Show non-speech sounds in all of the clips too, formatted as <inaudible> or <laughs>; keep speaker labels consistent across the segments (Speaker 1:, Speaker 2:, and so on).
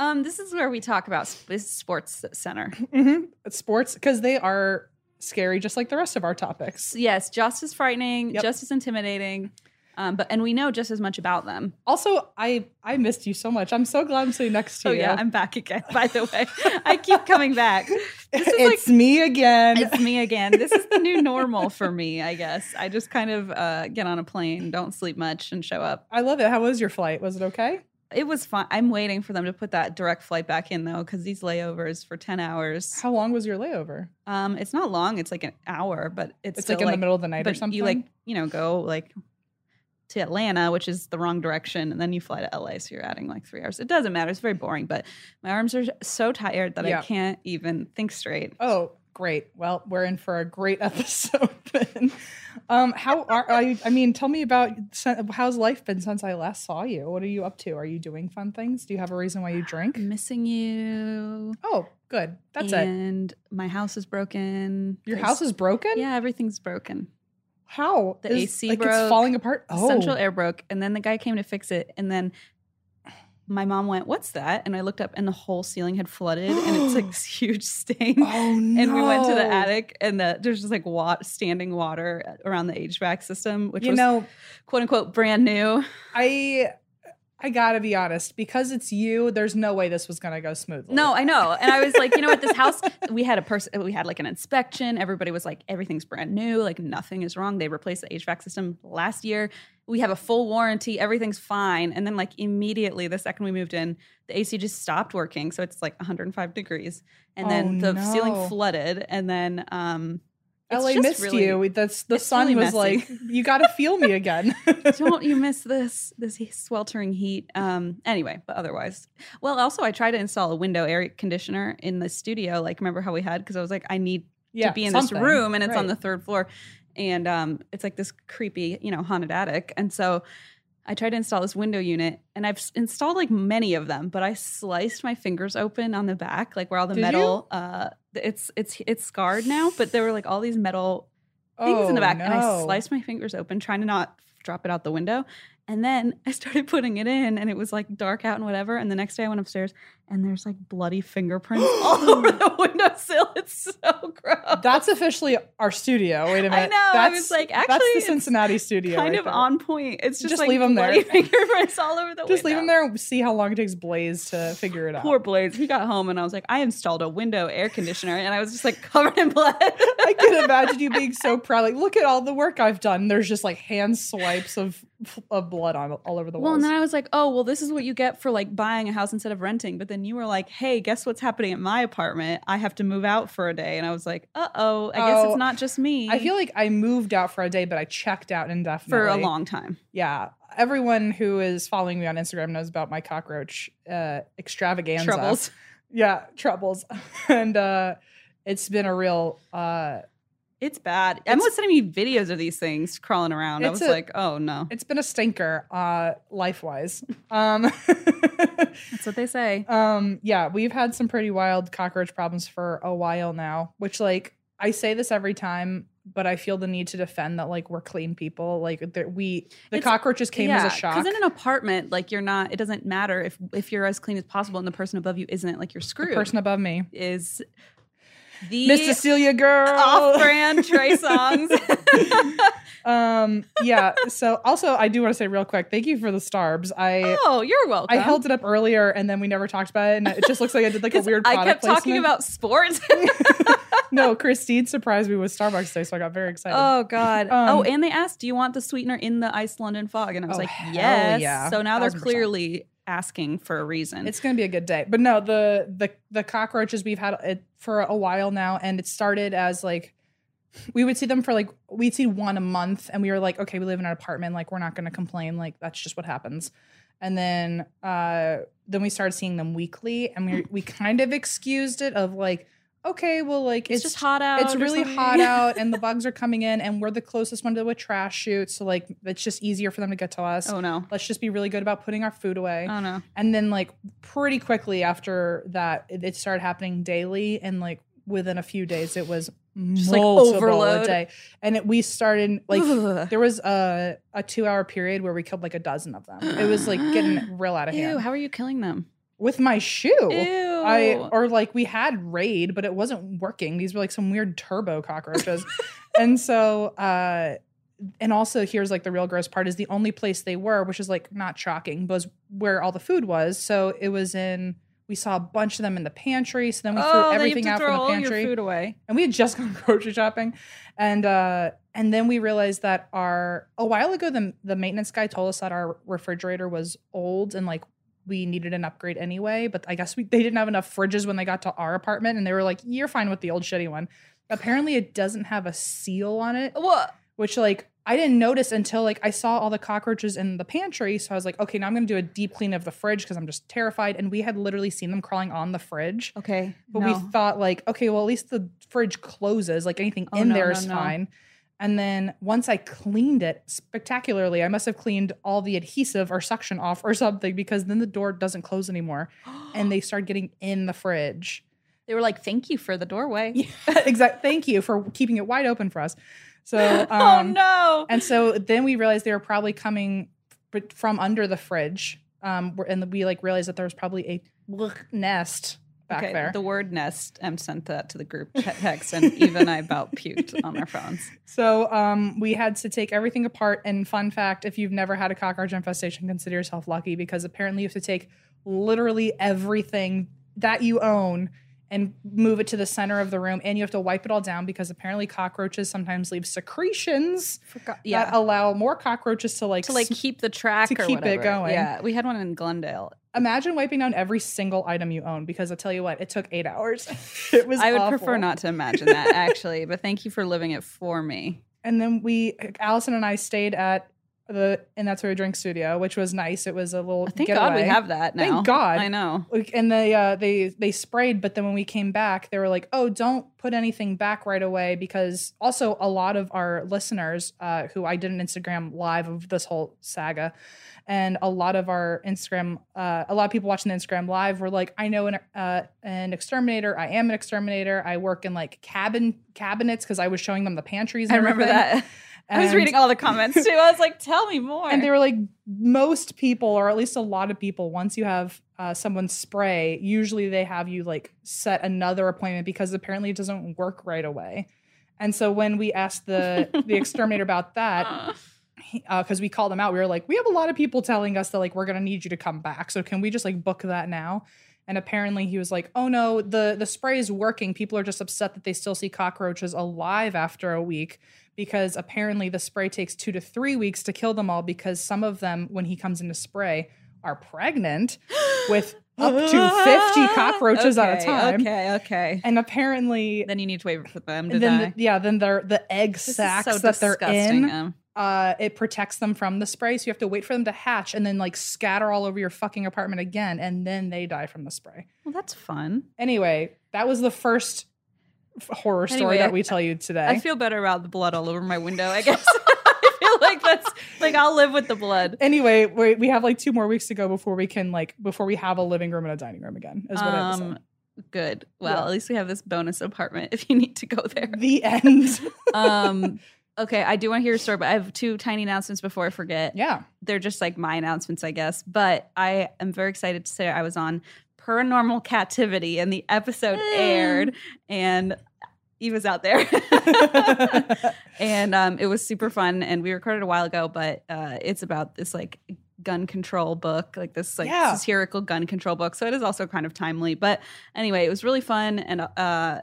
Speaker 1: Um, this is where we talk about sp- this is sports center.
Speaker 2: hmm Sports, because they are scary, just like the rest of our topics.
Speaker 1: yes, just as frightening,
Speaker 2: Yep.
Speaker 1: just as intimidating. Um, but and we know just as much about them.
Speaker 2: Also, I I missed you so much. I'm so glad I'm sitting next to
Speaker 1: Oh
Speaker 2: you.
Speaker 1: yeah, I'm back again. <laughs> By the way, I keep coming
Speaker 2: <laughs>
Speaker 1: back. This is like
Speaker 2: it's me again.
Speaker 1: it's me again. This is the new normal for me, I guess. I just kind of uh, get on a plane, don't sleep much, and show up.
Speaker 2: I love it. How was your flight? Was it okay?
Speaker 1: It was fun. I'm waiting for them to put that direct flight back in though, because these layovers for ten hours.
Speaker 2: How long was your layover?
Speaker 1: Um, it's not long. It's like an hour, but it's,
Speaker 2: It's, like in
Speaker 1: still,
Speaker 2: the middle of the night or something.
Speaker 1: You like you know go like to Atlanta, which is the wrong direction, and then you fly to LA, so you're adding like three hours. It doesn't matter. It's very boring. But my arms are so tired that
Speaker 2: Yeah.
Speaker 1: I can't even think straight.
Speaker 2: oh, great. Well, we're in for a great <laughs> episode. then. um, how are I? I mean, tell me about sen- how's life been since I last saw you. What are you up to? Are you doing fun things? Do you have a reason why you drink?
Speaker 1: I'm missing you.
Speaker 2: Oh, good. That's it.
Speaker 1: Um, and my house is broken.
Speaker 2: Your
Speaker 1: There's-
Speaker 2: house is broken.
Speaker 1: yeah, everything's broken.
Speaker 2: How
Speaker 1: The
Speaker 2: Is-
Speaker 1: AC
Speaker 2: like
Speaker 1: broke.
Speaker 2: it's falling apart.
Speaker 1: The
Speaker 2: Oh,
Speaker 1: Central air broke, and then the guy came to fix it, and then my mom went, "What's that?" And I looked up, and the whole ceiling had flooded, and it's like
Speaker 2: <gasps>
Speaker 1: this huge stain.
Speaker 2: Oh no!
Speaker 1: And we went to the attic, and the, there's just like wa- standing water around the HVAC system, which
Speaker 2: you
Speaker 1: was
Speaker 2: know,
Speaker 1: quote unquote brand new.
Speaker 2: I I gotta be honest because it's you. There's no way this was gonna go smoothly.
Speaker 1: No, I know. And I was like, you know what? This house, we had a person, we had like an inspection. Everybody was like, everything's brand new. Like nothing is wrong. They replaced the HVAC system last year. We have a full warranty. Everything's fine. And then, like, immediately the second we moved in, the AC just stopped working. So it's like 105 degrees. And then
Speaker 2: Oh,
Speaker 1: the ceiling
Speaker 2: no.
Speaker 1: flooded. And then, um, it's
Speaker 2: LA
Speaker 1: just
Speaker 2: missed
Speaker 1: really-
Speaker 2: you. That's the
Speaker 1: it's
Speaker 2: sun
Speaker 1: really
Speaker 2: was like,
Speaker 1: messy.
Speaker 2: you gotta feel me again.
Speaker 1: don't <laughs> you miss this this he- sweltering heat um anyway but otherwise well also i tried to install a window air conditioner in the studio like remember how we had because i was like i need
Speaker 2: <laughs> yeah,
Speaker 1: to be in
Speaker 2: something.
Speaker 1: this room and it's on
Speaker 2: Right.
Speaker 1: the third floor and um it's like this creepy you know haunted attic and so i tried to install this window unit and i've s- installed like many of them but i sliced my fingers open on the back like where all the
Speaker 2: Did you?
Speaker 1: metal uh th- it's it's it's scarred now but there were like all these metal things in the
Speaker 2: Oh,
Speaker 1: back and I
Speaker 2: no.
Speaker 1: sliced my fingers open trying to not drop it out the window. And then <laughs> I started putting it in and it was like dark out and whatever. And the next day I went upstairs and there's like bloody fingerprints
Speaker 2: <gasps>
Speaker 1: all over the windowsill. <laughs> It's so gross.
Speaker 2: That's officially our studio. Wait a minute.
Speaker 1: I know. I
Speaker 2: That's,
Speaker 1: was like,
Speaker 2: that's
Speaker 1: actually,
Speaker 2: the
Speaker 1: it's
Speaker 2: Cincinnati studio.
Speaker 1: kind
Speaker 2: right
Speaker 1: of
Speaker 2: there.
Speaker 1: on point. It's just,
Speaker 2: Just
Speaker 1: like
Speaker 2: leave 'em there. <laughs>
Speaker 1: bloody <laughs> fingerprints all over the window.
Speaker 2: Just leave them there. and See how long it takes Blaze to figure it out.
Speaker 1: Poor Blaze. He got home and I was like, I installed a window air conditioner and I was just like covered in blood.
Speaker 2: I can imagine you being so proud. Like, look at all the work I've done. There's just like hand swipes of of blood on all over the
Speaker 1: Well,
Speaker 2: walls.
Speaker 1: and then I was like, oh, well, this is what you get for like buying a house instead of renting. But then you were like, hey, guess what's happening at my apartment? I have to move out for a day. And I was like, uh oh, I guess
Speaker 2: Oh,
Speaker 1: it's not just me.
Speaker 2: I feel like I moved out for a day, but I checked out indefinitely
Speaker 1: for a long time.
Speaker 2: Yeah, everyone who is following me on Instagram knows about my cockroach uh, extravaganza.
Speaker 1: Troubles.
Speaker 2: Yeah, troubles, <laughs> and uh, it's been a real. Uh,
Speaker 1: It's bad. Emma was sending me videos of these things crawling around. I
Speaker 2: It's
Speaker 1: was
Speaker 2: a-
Speaker 1: like, oh no.
Speaker 2: it's been a stinker, uh, life wise. Um, <laughs>
Speaker 1: That's what they say.
Speaker 2: um, yeah, we've had some pretty wild cockroach problems for a while now. Which, like, I say this every time. But I feel the need to defend that, like we're clean people. Like that we, the
Speaker 1: It's-
Speaker 2: cockroaches came as a shock.
Speaker 1: Because in an apartment, like you're not, it doesn't matter if if you're as clean as possible and the person above you isn't, like you're
Speaker 2: the
Speaker 1: screwed.
Speaker 2: person above me,
Speaker 1: is the
Speaker 2: Miss Cecilia girl.
Speaker 1: off brand Trey songs.
Speaker 2: <laughs> Um, yeah. So also, I do want to say real quick, thank you for the starbs. I
Speaker 1: Oh, you're welcome.
Speaker 2: I held it up earlier, and then we never talked about it, and it just looks like I did like
Speaker 1: <laughs>
Speaker 2: a
Speaker 1: 'Cause
Speaker 2: weird.
Speaker 1: I
Speaker 2: Product
Speaker 1: kept talking
Speaker 2: placement.
Speaker 1: about sports.
Speaker 2: <laughs> no, Christine surprised me with Starbucks today, so I got very excited.
Speaker 1: oh God.
Speaker 2: Um,
Speaker 1: oh, and they asked, "Do you want the sweetener in the iced London fog?" And I was
Speaker 2: Oh,
Speaker 1: like,
Speaker 2: hell
Speaker 1: "Yes."
Speaker 2: yeah.
Speaker 1: So now they're
Speaker 2: 1000%.
Speaker 1: clearly asking for a reason.
Speaker 2: It's going to be a good day. But no, the the the cockroaches we've had it for a while now, and it started as like we would see them for like we'd see one a month, and we were like, okay, we live in an apartment, like we're not going to complain, like that's just what happens. And then uh then we started seeing them weekly, and we we kind of excused it of like, okay, well, like
Speaker 1: it's, just hot out.
Speaker 2: It's
Speaker 1: or
Speaker 2: really
Speaker 1: something.
Speaker 2: hot out, and the bugs are coming in, and we're the closest one to a trash chute, so like it's just easier for them to get to us.
Speaker 1: <laughs> oh no.
Speaker 2: Let's just be really good about putting our food away.
Speaker 1: Oh no.
Speaker 2: And then like pretty quickly after that, it, it started happening daily, and like within a few days, it was
Speaker 1: Just, like,
Speaker 2: multiple
Speaker 1: overload.
Speaker 2: a day. And it, we started like <laughs>
Speaker 1: Ugh.
Speaker 2: there was a a two hour period where we killed like a dozen of them. It was like getting real out
Speaker 1: <gasps>
Speaker 2: of
Speaker 1: Ew,
Speaker 2: hand
Speaker 1: how are you killing them?
Speaker 2: with my shoe.
Speaker 1: Ew.
Speaker 2: I or like we had raid, but it wasn't working. These were like some weird turbo
Speaker 1: <laughs>
Speaker 2: cockroaches. and so uh and also here's like the real gross part is the only place they were, which is like not shocking, was where all the food was. So it was in we saw a bunch of them in the pantry. So then we
Speaker 1: oh,
Speaker 2: threw
Speaker 1: then
Speaker 2: everything
Speaker 1: you have to
Speaker 2: out from
Speaker 1: throw
Speaker 2: the
Speaker 1: all your
Speaker 2: pantry.
Speaker 1: food away.
Speaker 2: And we had just <laughs> gone grocery shopping. And uh and then we realized that our a while ago the the maintenance guy told us that our refrigerator was old and like we needed an upgrade anyway, but I guess we they didn't have enough fridges when they got to our apartment and they were like, You're fine with the old shitty one. Apparently it doesn't have a seal on it,
Speaker 1: What?
Speaker 2: which like I didn't notice until like I saw all the cockroaches in the pantry. So I was like, okay, now I'm gonna do a deep clean of the fridge because I'm just terrified. And we had literally seen them crawling on the fridge.
Speaker 1: Okay.
Speaker 2: But
Speaker 1: no.
Speaker 2: we thought like, okay, well at least the fridge closes, like anything
Speaker 1: Oh,
Speaker 2: in
Speaker 1: no,
Speaker 2: there
Speaker 1: no,
Speaker 2: is
Speaker 1: no.
Speaker 2: fine. And then once I cleaned it spectacularly, I must have cleaned all the adhesive or suction off or something because then the door doesn't close anymore
Speaker 1: <gasps>
Speaker 2: and they started getting in the fridge.
Speaker 1: they were like, "Thank you for the doorway." <laughs>
Speaker 2: exactly. Thank you for keeping it wide open for us. So, um,
Speaker 1: <laughs> oh no.
Speaker 2: and so then we realized they were probably coming fr- from under the fridge. Um, where- and we like realized that there was probably a nest back
Speaker 1: okay,
Speaker 2: there.
Speaker 1: the word nest. Em sent that to the group te- text, and Eva and I about puked on our phones.
Speaker 2: So um, we had to take everything apart. And fun fact: if you've never had a cockroach infestation, consider yourself lucky because apparently you have to take literally everything that you own and move it to the center of the room, and you have to wipe it all down because apparently cockroaches sometimes leave secretions
Speaker 1: Forgot.
Speaker 2: that allow more cockroaches to like
Speaker 1: to
Speaker 2: <laughs>
Speaker 1: like
Speaker 2: s-
Speaker 1: keep the track
Speaker 2: to
Speaker 1: or
Speaker 2: keep it
Speaker 1: whatever.
Speaker 2: going.
Speaker 1: Yeah, we had one in Glendale.
Speaker 2: imagine wiping down every single item you own because I tell you what, it took eight hours. <laughs> it was.
Speaker 1: I would
Speaker 2: awful.
Speaker 1: prefer not to imagine
Speaker 2: <laughs>
Speaker 1: that actually, but thank you for living it for me.
Speaker 2: and then we Allison and I stayed at the and that's where we drink studio, which was nice. It was a little
Speaker 1: Thank
Speaker 2: getaway.
Speaker 1: God we have that now.
Speaker 2: Thank God.
Speaker 1: I know.
Speaker 2: Like, and they uh, they they sprayed, but then when we came back, they were like, "Oh, don't put anything back right away," because also a lot of our listeners, uh, who I did an Instagram live of this whole saga, and a lot of our Instagram, uh, a lot of people watching the Instagram live were like, "I know an uh, an exterminator. I am an exterminator. I work in like cabin cabinets because I was showing them the pantries. And
Speaker 1: I remember
Speaker 2: everything.
Speaker 1: that. I was
Speaker 2: And-
Speaker 1: reading all the comments too. I was like, "Tell me more."
Speaker 2: and they were like, most people, or at least a lot of people, once you have uh, someone spray, usually they have you like set another appointment because apparently it doesn't work right away. And so when we asked the the exterminator
Speaker 1: <laughs>
Speaker 2: about that,
Speaker 1: Uh,
Speaker 2: because we called them out, we were like, we have a lot of people telling us that like we're gonna need you to come back. So can we just like book that now? And apparently he was like, oh no, the the spray is working. People are just upset that they still see cockroaches alive after a week because apparently the spray takes two to three weeks to kill them all because some of them, when he comes in to spray, are pregnant
Speaker 1: <gasps>
Speaker 2: with up to
Speaker 1: <laughs>
Speaker 2: 50 cockroaches at a
Speaker 1: Okay,
Speaker 2: time.
Speaker 1: Okay, okay.
Speaker 2: And apparently
Speaker 1: Then you need to wait for them to
Speaker 2: then
Speaker 1: die.
Speaker 2: the- yeah, then they're the egg
Speaker 1: This is
Speaker 2: sacs
Speaker 1: so
Speaker 2: that they're
Speaker 1: disgusting, um,
Speaker 2: in
Speaker 1: Em.
Speaker 2: uh, it protects them from the spray. So you have to wait for them to hatch and then like scatter all over your fucking apartment again, and then they die from the spray.
Speaker 1: Well, that's fun.
Speaker 2: Anyway, that was the first f- horror story
Speaker 1: Anyway,
Speaker 2: that we tell you today.
Speaker 1: I feel better about the blood all over my window. I guess. <laughs> I feel like that's like I'll live with the blood.
Speaker 2: anyway, we, we have like two more weeks to go before we can like before we have a living room and a dining room again. Is what I was
Speaker 1: Um,
Speaker 2: saying.
Speaker 1: good. Well,
Speaker 2: Yeah.
Speaker 1: at least we have this bonus apartment <laughs> if you need to go there.
Speaker 2: The
Speaker 1: <laughs>
Speaker 2: end. <laughs>
Speaker 1: Um, okay, I do want to hear your story, but I have two tiny announcements before I forget. <laughs>
Speaker 2: yeah.
Speaker 1: They're just like my announcements, I guess. But I am very excited to say I was on Paranormal Captivity and the episode
Speaker 3: Mm.
Speaker 1: aired, and Eva's out
Speaker 2: <laughs>
Speaker 1: there. and um, it was super fun. And we recorded a while ago, but uh, it's about this like gun control book, like this like
Speaker 2: Yeah.
Speaker 1: satirical gun control book. So it is also kind of timely. But anyway, it was really fun, and uh,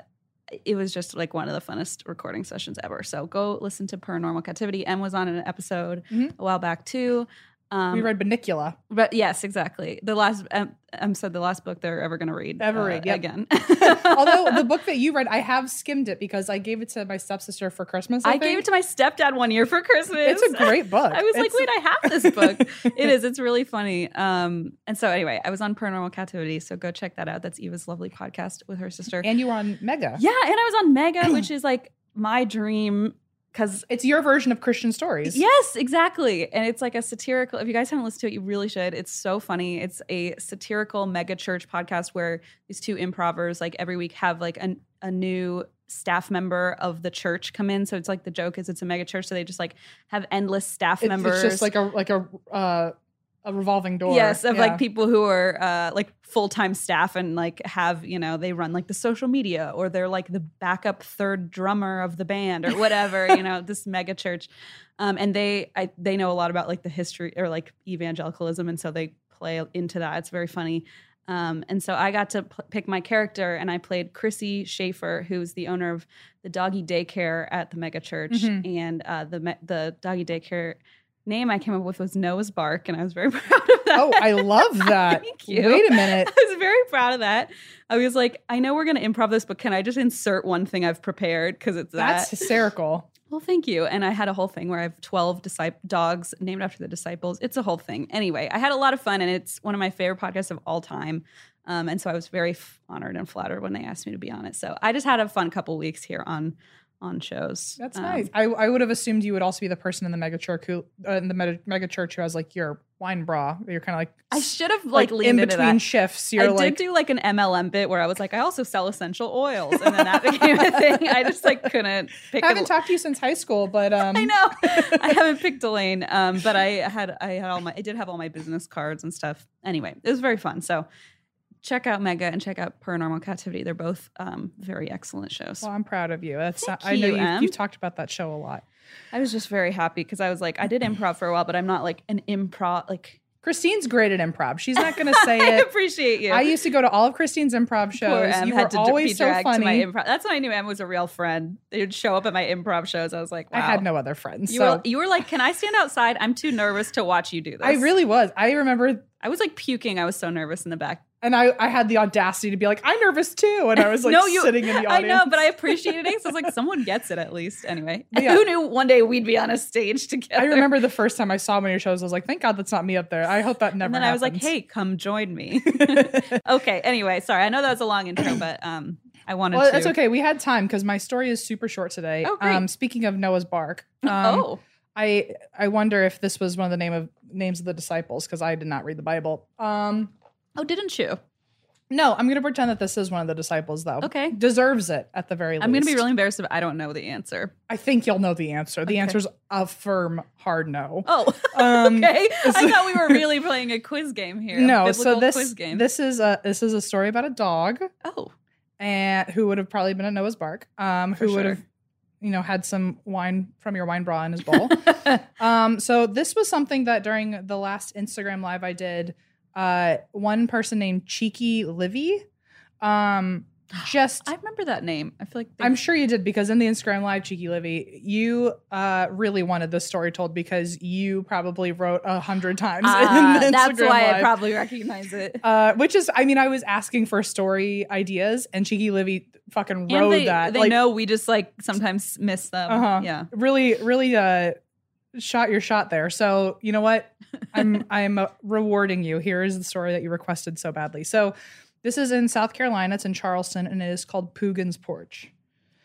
Speaker 1: it was just like one of the funnest recording sessions ever. So go listen to Paranormal Captivity. Em was on an episode
Speaker 2: Mhm.
Speaker 1: a while back too. Um,
Speaker 2: we read Benicula.
Speaker 1: but yes, exactly. The last Em, Em said the last book they're ever going to read uh,
Speaker 2: Ever read, yep.
Speaker 1: again.
Speaker 2: <laughs>
Speaker 1: <laughs>
Speaker 2: Although the book that you read, I have skimmed it because I gave it to my stepsister for Christmas. I,
Speaker 1: I gave
Speaker 2: think.
Speaker 1: it to my stepdad one year for Christmas.
Speaker 2: It's a great book.
Speaker 1: <laughs> I was like,
Speaker 2: It's-
Speaker 1: wait, I have this book.
Speaker 2: <laughs>
Speaker 1: it is. It's really funny. Um, and so anyway, I was on Paranormal Captivity, so go check that out. That's Eva's lovely podcast with her sister.
Speaker 2: and you were on Mega.
Speaker 1: yeah, and I was on Mega, which is like my dream because
Speaker 2: It's your version of Christian stories.
Speaker 1: Yes, exactly. And it's like a satirical. If you guys haven't listened to it, you really should. It's so funny. It's a satirical mega church podcast where these two improvers like every week have like an, a new staff member of the church come in. So it's like the joke is it's a mega church, so they just like have endless staff
Speaker 2: It-
Speaker 1: members.
Speaker 2: It's just like a like a uh, a revolving door.
Speaker 1: Yes, of
Speaker 2: Yeah.
Speaker 1: like people who are uh, like full time staff and like have, you know, they run like the social media or they're like the backup third drummer of the band or whatever, you
Speaker 2: <laughs>
Speaker 1: know, this mega church. Um, and they I, they know a lot about like the history or like evangelicalism. And so they play into that. It's very funny. Um, and so I got to p- pick my character and I played Chrissy Schaefer, who's the owner of the doggy daycare at the mega church.
Speaker 2: Mhm.
Speaker 1: And uh, the, me- the doggy daycare name I came up with was Noah's Bark, and I was very <laughs> proud of that.
Speaker 2: Oh,
Speaker 1: <laughs>
Speaker 2: I love that.
Speaker 1: Thank you.
Speaker 2: Wait a minute.
Speaker 1: <laughs> I was very proud of that. I was like, I know we're going to improv this, but can I just insert one thing I've prepared? Because it's
Speaker 2: That's
Speaker 1: that.
Speaker 2: hysterical.
Speaker 1: well, thank you. And I had a whole thing where I have 12 disciple dogs named after the disciples. It's a whole thing. Anyway, I had a lot of fun, and it's one of my favorite podcasts of all time. Um, and so I was very f- honored and flattered when they asked me to be on it. So I just had a fun couple weeks here on on shows.
Speaker 2: That's
Speaker 1: Um,
Speaker 2: nice. I, I would have assumed you would also be the person in the mega church who uh, in the meta, mega church who has like your wine bra. You're kind of like
Speaker 1: I should have like, leaned
Speaker 2: in
Speaker 1: into that.
Speaker 2: between shifts. You're
Speaker 1: I
Speaker 2: like
Speaker 1: did do like an MLM bit where I was like, I also sell essential oils, and then that became a thing. I just like couldn't pick.
Speaker 2: I
Speaker 1: a-
Speaker 2: haven't talked to you since high
Speaker 1: <laughs>
Speaker 2: school, but um,
Speaker 1: I know <laughs> I haven't picked a lane, um, but I had I had all my I did have all my business cards and stuff. Anyway, it was very fun. So check out Mega and check out Paranormal Captivity. They're both um, very excellent shows.
Speaker 2: Well, I'm proud of you. That's
Speaker 1: Thank
Speaker 2: I know
Speaker 1: you,
Speaker 2: you,
Speaker 1: Em.
Speaker 2: you've talked about that show a lot.
Speaker 1: I was just very happy because I was like, I did improv for a while, but I'm not like an improv like.
Speaker 2: Christine's great at improv. She's not going to say
Speaker 1: <laughs> I
Speaker 2: it.
Speaker 1: appreciate you.
Speaker 2: I used to go to all of Christine's improv shows.
Speaker 1: Poor Em
Speaker 2: you
Speaker 1: had
Speaker 2: were
Speaker 1: to d- be
Speaker 2: always so
Speaker 1: dragged to my
Speaker 2: funny.
Speaker 1: improv. That's when I knew Em was a real friend. They would show up at my improv shows. I was like, wow.
Speaker 2: I had no other friends.
Speaker 1: You
Speaker 2: so
Speaker 1: were you were like, "Can I stand outside? I'm too nervous to watch you do this."
Speaker 2: I really was. I remember,
Speaker 1: I was like puking. I was so nervous in the back.
Speaker 2: and I, I had the audacity to be like, I'm nervous too. And I was
Speaker 1: <laughs>
Speaker 2: like
Speaker 1: No, you-
Speaker 2: sitting in the
Speaker 1: I
Speaker 2: audience.
Speaker 1: know, but I appreciated it. So I was like, "Someone gets it at least." Anyway,
Speaker 2: Yeah.
Speaker 1: who knew one day we'd be on a stage together?
Speaker 2: I remember the first time I saw one of your shows, I was like, thank God that's not me up there. I hope that never
Speaker 1: And then I was like,
Speaker 2: happens.
Speaker 1: "Hey, come join
Speaker 2: <laughs>
Speaker 1: me." okay. Anyway, sorry. I know that was a long intro, but um, I wanted
Speaker 2: Well,
Speaker 1: to.
Speaker 2: that's okay. We had time because my story is super short today.
Speaker 1: Oh, great.
Speaker 2: Um, speaking of
Speaker 1: <laughs>
Speaker 2: Noah's Bark, um,
Speaker 1: oh,
Speaker 2: I I wonder if this was one of the name of names of the disciples because I did not read the Bible. Um,
Speaker 1: oh, didn't you?
Speaker 2: no, I'm going to pretend that this is one of the disciples though.
Speaker 1: Okay.
Speaker 2: deserves it at the very least.
Speaker 1: I'm going to be really embarrassed if I don't know the answer.
Speaker 2: I think you'll know the answer. The
Speaker 1: Okay.
Speaker 2: answer's a firm, hard no. <laughs>
Speaker 1: Oh,
Speaker 2: Um,
Speaker 1: <laughs> okay. I
Speaker 2: so-
Speaker 1: thought we
Speaker 2: <laughs>
Speaker 1: were really playing a quiz game here. a
Speaker 2: No, so
Speaker 1: biblical
Speaker 2: this
Speaker 1: quiz game.
Speaker 2: this is a this is a story about a dog <laughs>
Speaker 1: oh,
Speaker 2: and who would have probably been a Noah's Bark, um, who
Speaker 1: For
Speaker 2: would have,
Speaker 1: sure.
Speaker 2: you know, had some wine from your wine bra in
Speaker 1: <laughs>
Speaker 2: his bowl. um, so this was something that during the last Instagram live I did, uh, one person named Cheeky Livy, um, just
Speaker 1: I remember that name. I feel like they-
Speaker 2: I'm sure you did because in the Instagram live, Cheeky Livy, you uh, really wanted this story told because you probably wrote a hundred times.
Speaker 1: Ah,
Speaker 2: <laughs> in the
Speaker 1: that's
Speaker 2: Instagram
Speaker 1: why I
Speaker 2: Live.
Speaker 1: probably recognize it.
Speaker 2: Uh, which is, I mean, I was asking for story ideas, and Cheeky Livy fucking wrote
Speaker 1: and they,
Speaker 2: that.
Speaker 1: they
Speaker 2: like,
Speaker 1: know we just like sometimes miss them.
Speaker 2: Uh-huh.
Speaker 1: Yeah.
Speaker 2: really, really uh, shot your shot there. So you know what?
Speaker 1: <laughs>
Speaker 2: I'm I'm uh, rewarding you. Here is the story that you requested so badly. So this is in South Carolina. It's in Charleston, and it is called Pugin's Porch.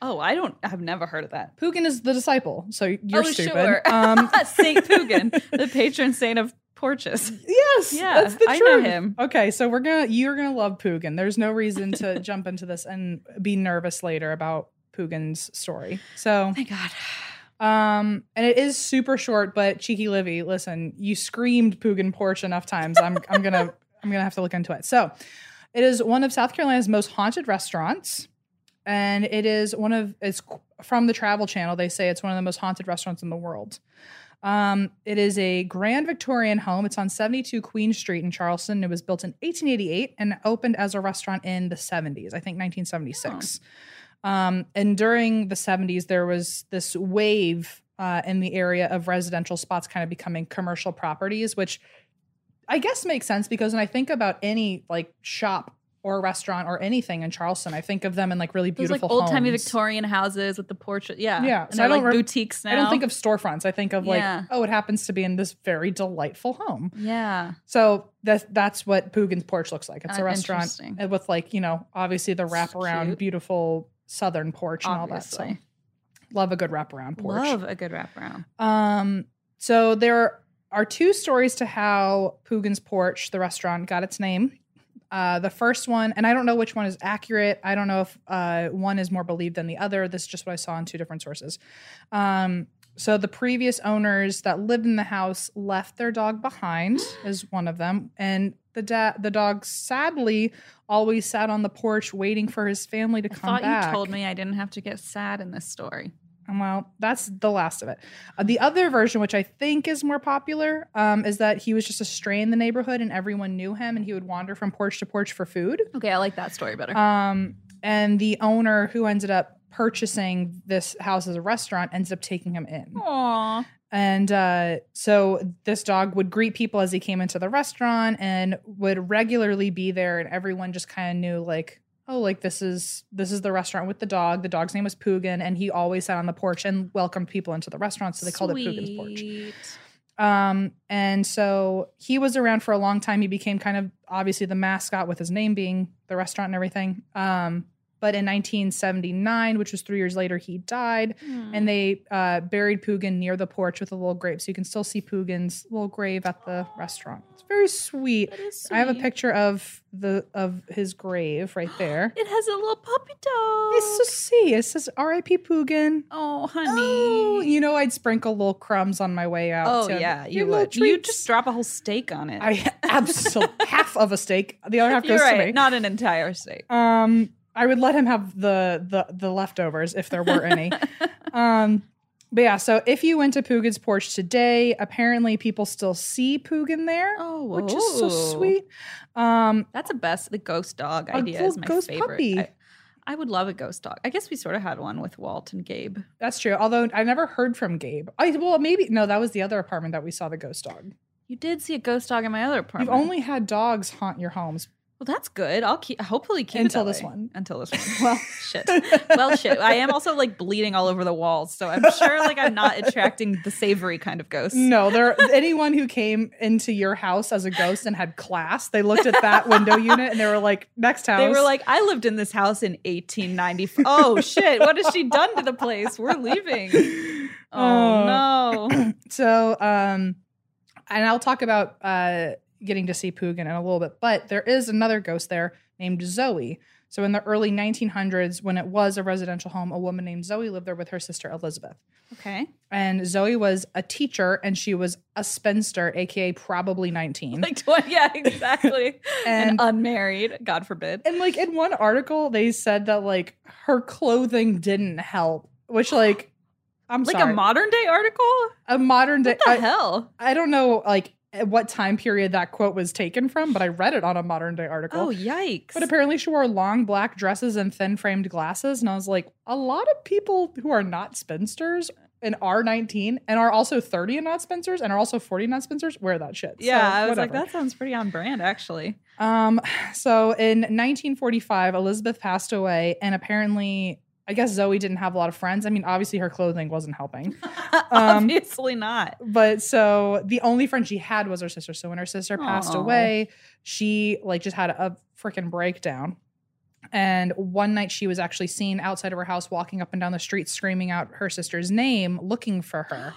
Speaker 1: Oh, I don't. I've never heard of that.
Speaker 2: Pugin is the disciple, so
Speaker 1: oh,
Speaker 2: you're stupid.
Speaker 1: sure. <laughs>
Speaker 2: Um,
Speaker 1: Saint
Speaker 2: <laughs>
Speaker 1: Pugin, the patron saint of porches.
Speaker 2: Yes,
Speaker 1: Yeah,
Speaker 2: that's the
Speaker 1: I
Speaker 2: truth.
Speaker 1: know him.
Speaker 2: Okay, so we're gonna you're gonna love Pugin. There's no reason
Speaker 1: <laughs>
Speaker 2: to jump into this and be nervous later about Pugin's story. So,
Speaker 1: <laughs> Thank God.
Speaker 2: um, and it is super short, but cheeky Livy, listen, you screamed Pugin porch enough times. I'm
Speaker 1: <laughs>
Speaker 2: I'm gonna I'm gonna have to look into it. So, it is one of South Carolina's most haunted restaurants. and it is one of it's qu- from the Travel Channel. They say it's one of the most haunted restaurants in the world. Um, it is a grand Victorian home. It's on 72 Queen Street in Charleston. It was built in 1888 and opened as a restaurant in the 70s, I think 1976. Um, and during the 70s, there was this wave uh, in the area of residential spots kind of becoming commercial properties, which I guess makes sense because when I think about any like shop or restaurant or anything in Charleston, I think of them in like really
Speaker 1: Those like
Speaker 2: beautiful
Speaker 1: old timey
Speaker 2: homes.
Speaker 1: Victorian houses with the porch. Yeah.
Speaker 2: Yeah,
Speaker 1: And
Speaker 2: so
Speaker 1: they're
Speaker 2: I don't
Speaker 1: like
Speaker 2: rem-
Speaker 1: boutiques now.
Speaker 2: I don't think of storefronts. I think of
Speaker 1: Yeah.
Speaker 2: like, oh, it happens to be in this very delightful home.
Speaker 1: Yeah.
Speaker 2: So that's that's what Pugin's porch looks like. It's
Speaker 1: Uh,
Speaker 2: a restaurant
Speaker 1: interesting.
Speaker 2: and with like you know obviously the wraparound
Speaker 1: cute.
Speaker 2: beautiful southern porch and all that.
Speaker 1: Obviously.
Speaker 2: So love a good wraparound porch.
Speaker 1: Love a good wraparound.
Speaker 2: Um, so there are two stories to how Pugin's Porch, the restaurant, got its name. Uh, the first one, and I don't know which one is accurate. I don't know if uh, one is more believed than the other. This is just what I saw in two different sources. Um, so the previous owners that lived in the house left their
Speaker 1: <gasps>
Speaker 2: dog behind, is one of them, and the da- the dog sadly always sat on the porch waiting for his family to
Speaker 1: I
Speaker 2: come
Speaker 1: thought
Speaker 2: back.
Speaker 1: you told me I didn't have to get sad in this story.
Speaker 2: And well, that's the last of it. Uh, the other version, which I think is more popular, um, is that he was just a stray in the neighborhood and everyone knew him and he would wander from porch to porch for food.
Speaker 1: Okay, I like that story better.
Speaker 2: Um, and the owner who ended up purchasing this house as a restaurant ended up taking him in.
Speaker 1: Aww.
Speaker 2: And uh, so this dog would greet people as he came into the restaurant and would regularly be there. And everyone just kind of knew, like, oh, like this is this is the restaurant with the dog. The dog's name was Pugin, and he always sat on the porch and welcomed people into the restaurant. So they called it Pugin's porch. Um, and so he was around for a long time. He became kind of obviously the mascot with his name being the restaurant and everything. Um, but in 1979, which was three years later, he died and they uh, buried Pugin near the porch with a little grave. So you can still see Pugin's little grave at the restaurant. It's very sweet. I have a picture of the of his grave
Speaker 1: <gasps>
Speaker 2: right there.
Speaker 1: It has a little puppy dog.
Speaker 2: It's so see. It says R.I.P. Pugin.
Speaker 1: oh, honey.
Speaker 2: Oh, you know I'd sprinkle little crumbs on my way out.
Speaker 1: Oh,
Speaker 2: too.
Speaker 1: yeah,
Speaker 2: Your
Speaker 1: you
Speaker 2: little
Speaker 1: would. You
Speaker 2: treats.
Speaker 1: just drop a whole steak on it.
Speaker 2: I absolutely half of a steak. The other
Speaker 1: <laughs>
Speaker 2: half
Speaker 1: You're
Speaker 2: goes
Speaker 1: right,
Speaker 2: to me.
Speaker 1: not an entire steak.
Speaker 2: Um, I would let him have the the the leftovers if there were
Speaker 1: <laughs>
Speaker 2: any. um, but yeah, so if you went to Pugin's porch today, apparently people still see Pugin there,
Speaker 1: Oh,
Speaker 2: which is so
Speaker 1: whoa.
Speaker 2: sweet. Um,
Speaker 1: That's the best. The ghost dog
Speaker 2: A
Speaker 1: idea
Speaker 2: little
Speaker 1: is my
Speaker 2: ghost
Speaker 1: favorite.
Speaker 2: puppy.
Speaker 1: I, I would love a ghost dog. I guess we sort of had one with Walt and Gabe.
Speaker 2: that's true. Although I never heard from Gabe. I well, maybe no, that was the other apartment that we saw the ghost dog.
Speaker 1: You did see a ghost dog in my other
Speaker 2: You've
Speaker 1: apartment.
Speaker 2: only had dogs haunt your homes.
Speaker 1: well, that's good. I'll keep hopefully keep it
Speaker 2: Until
Speaker 1: that
Speaker 2: this
Speaker 1: way.
Speaker 2: one.
Speaker 1: Until
Speaker 2: <laughs>
Speaker 1: this one. Well, shit. Well, shit. I am also like bleeding all over the walls, so I'm sure like I'm not attracting the savory kind of ghosts.
Speaker 2: No, there
Speaker 1: <laughs>
Speaker 2: anyone who came into your house as a ghost and had class, they looked at that
Speaker 1: <laughs>
Speaker 2: window unit and they were like, next house.
Speaker 1: They were like, I lived in this house in 1894.
Speaker 2: <laughs>
Speaker 1: Oh shit! What has she done to the place? We're leaving. Oh,
Speaker 2: <clears throat>
Speaker 1: no!
Speaker 2: So, um, and I'll talk about uh, getting to see Pugin in a little bit, but there is another ghost there named Zoe. So, in the early 1900s, when it was a residential home, a woman named Zoe lived there with her sister Elizabeth.
Speaker 1: Okay,
Speaker 2: And Zoe was a teacher and she was a spinster, aka probably 19.
Speaker 1: like 20, yeah, exactly. and,
Speaker 2: <laughs> And-
Speaker 1: unmarried, God forbid.
Speaker 2: and like in one article, they said that like her clothing didn't help, which, like, I'm
Speaker 1: like
Speaker 2: sorry.
Speaker 1: a modern day article.
Speaker 2: a modern day.
Speaker 1: What the
Speaker 2: I-
Speaker 1: hell?
Speaker 2: I don't know like at what time period that quote was taken from, but I read it on a modern day article.
Speaker 1: Oh yikes!
Speaker 2: But apparently she wore long black dresses and thin framed glasses. And I was like, a lot of people who are not spinsters and are 19 and are also 30 and not spinsters and are also 40 and not spinsters wear that shit. So,
Speaker 1: yeah, I was like,
Speaker 2: whatever.
Speaker 1: that sounds pretty on brand, actually. <laughs>
Speaker 2: Um, so in 1945, Elizabeth passed away, and apparently, I guess Zoe didn't have a lot of friends. I mean, obviously her clothing wasn't helping. <laughs> Um,
Speaker 1: Obviously not.
Speaker 2: but so the only friend she had was her sister. So when her sister passed
Speaker 1: Aw.
Speaker 2: away, she like just had a freaking breakdown. And one night she was actually seen outside of her house walking up and down the street screaming out her sister's name, looking for her.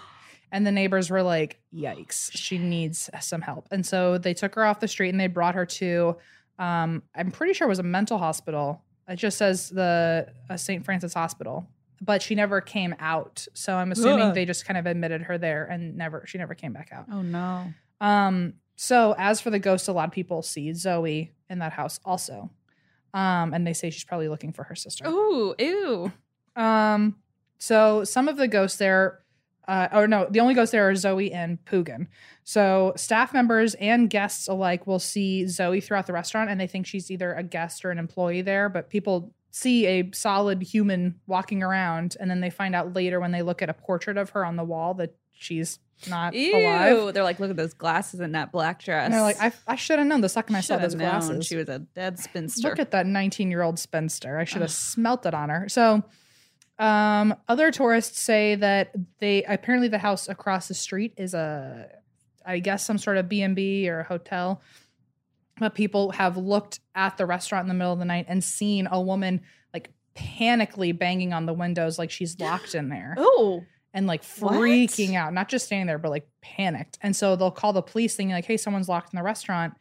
Speaker 2: And the neighbors were like, yikes, she needs some help. And so they took her off the street and they brought her to, um, I'm pretty sure it was a mental hospital. It just says the uh, St. Francis Hospital, but she never came out. So I'm assuming
Speaker 1: Ugh.
Speaker 2: they just kind of admitted her there and never, she never came back out.
Speaker 1: Oh no!
Speaker 2: Um, so as for the ghost, a lot of people see Zoe in that house also. Um, and they say she's probably looking for her sister.
Speaker 1: Ooh, ew.
Speaker 2: Um, so some of the ghosts there, uh, or no, the only ghosts there are Zoe and Pugin. So staff members and guests alike will see Zoe throughout the restaurant, and they think she's either a guest or an employee there. But people see a solid human walking around, and then they find out later when they look at a portrait of her on the wall that she's not
Speaker 1: Ew.
Speaker 2: alive.
Speaker 1: They're like, look at those glasses and that black dress.
Speaker 2: And they're like, I, I should have known the second I saw
Speaker 1: Shoulda
Speaker 2: those
Speaker 1: known
Speaker 2: glasses.
Speaker 1: She was a dead spinster.
Speaker 2: Look at that 19 year old spinster. I should have
Speaker 1: Ugh.
Speaker 2: smelt it on her. So, um, other tourists say that they apparently the house across the street is a, I guess, some sort of B and B or a hotel. But people have looked at the restaurant in the middle of the night and seen a woman like panically banging on the windows like she's locked
Speaker 1: <gasps>
Speaker 2: in there
Speaker 1: oh,
Speaker 2: and like
Speaker 1: What?
Speaker 2: freaking out, not just standing there, but like panicked. And so they'll call the police thinking, like, hey, someone's locked in the restaurant.